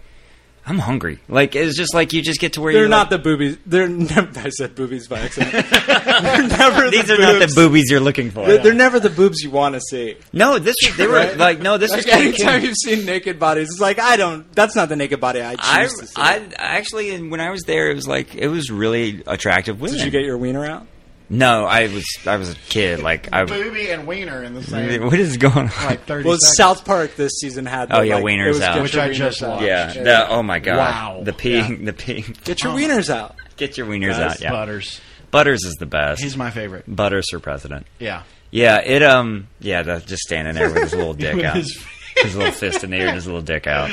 "I'm hungry." Like it's just like you just get to where
They're
you're
not
like,
the boobies. They're never. I said boobies by accident. they're never
These
the
are
boobs.
not the boobies you're looking for.
They're, they're never the boobs you want to see.
no, this was, they were
Right?
like no, this
Like
was Kenny
anytime
King.
you've seen naked bodies, it's like I don't. That's not the naked body I choose
I,
to see.
I actually, and when I was there, it was like it was really attractive women.
Did you get your wiener out?
no, I was I was a kid. Like I,
Booby and wiener in the same
what is going on?
like 30
Well,
seconds.
South Park this season had. The,
Oh, yeah,
like,
wieners
it was
out.
get
Which
your
I
wieners
just
out.
watched.
yeah. the- oh my god.
Wow.
The peeing. The peeing.
Get your wieners out.
Get your wieners
Guys,
out. Yeah.
Butters.
Butters is the best.
He's my favorite.
Butters for president.
Yeah.
Yeah. It um. Yeah. The, just standing there with his little dick
With
out.
his-
His little fist in the air and his little dick out.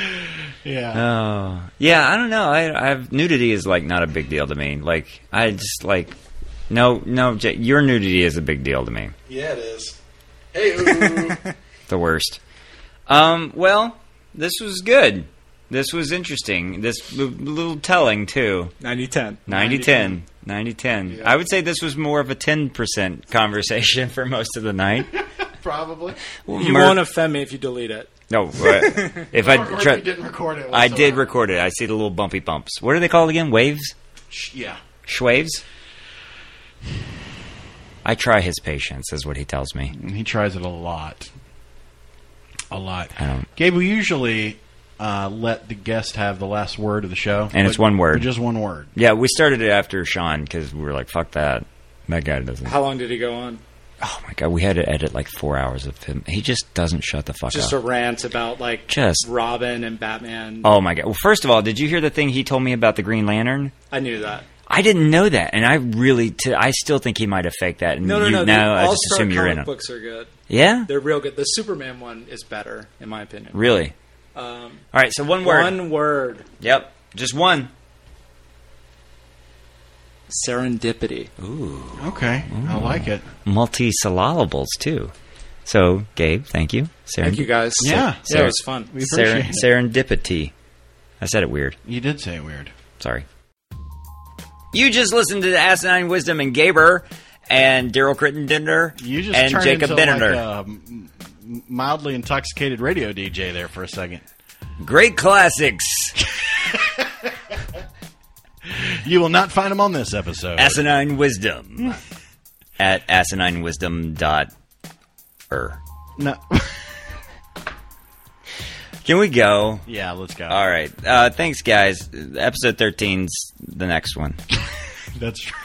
Yeah.
Oh, yeah. I don't know. I, I've nudity is like not a big deal to me. Like I just like no, no. J- your nudity is a big deal to me.
Yeah, it is. Hey, ooh.
The worst. Um. Well, this was good. This was interesting. This l- little telling too.
90 10.
90-10. 90-10. I would say this was more of a ten percent conversation for most of the night.
probably.
You
Mer-
won't offend me if you delete it.
No, uh, if I
Or, or if
try,
you didn't record it.
I did
whatsoever.
record it. I see the little bumpy bumps. What are they called again? Waves?
Sh- Yeah.
Schwaves? I try his patience, is what he tells me.
He tries it a lot. A lot.
I don't-
Gabe, we usually uh, let the guest have the last word of the show.
And it's one word.
Just one word.
Yeah, we started it after Sean because we were like, fuck that. That guy doesn't.
How long did he go on?
Oh my god, we had to edit like four hours of him. He just doesn't shut the fuck
Just
up.
a rant about like
Just-
Robin and Batman.
oh my god. Well, first of all, did you hear the thing he told me about the Green Lantern?
I knew that.
I didn't know that, and I really, t- I still think he might have faked that. And
No, no,
you,
no.
Now I
the
just
All-Star
assume you're in
comic
it.
books are good.
Yeah,
They're real good. The Superman one is better, in my opinion.
really.
Um,
All right, so one word.
One word.
Yep, just one.
Serendipity.
Okay. I like it.
Multi-syllables too. So, Gabe, thank you. Seren-
Thank you guys.
Yeah.
yeah, it was fun.
We
Seren-
appreciate it.
serendipity. I said it weird.
You did say it weird.
Sorry. You just listened to the Asinine Wisdom and Gaber and Daryl Crittenden
You just
and
turned
Jacob
into like
Benner.
a m- m- mildly intoxicated radio DJ there for a second.
Great classics.
You will not find him on this episode.
Asinine Wisdom at asininewisdom.er.
no.
Can we go?
yeah, let's go.
All right. Uh, thanks, guys. Episode 13's the next one.
That's true.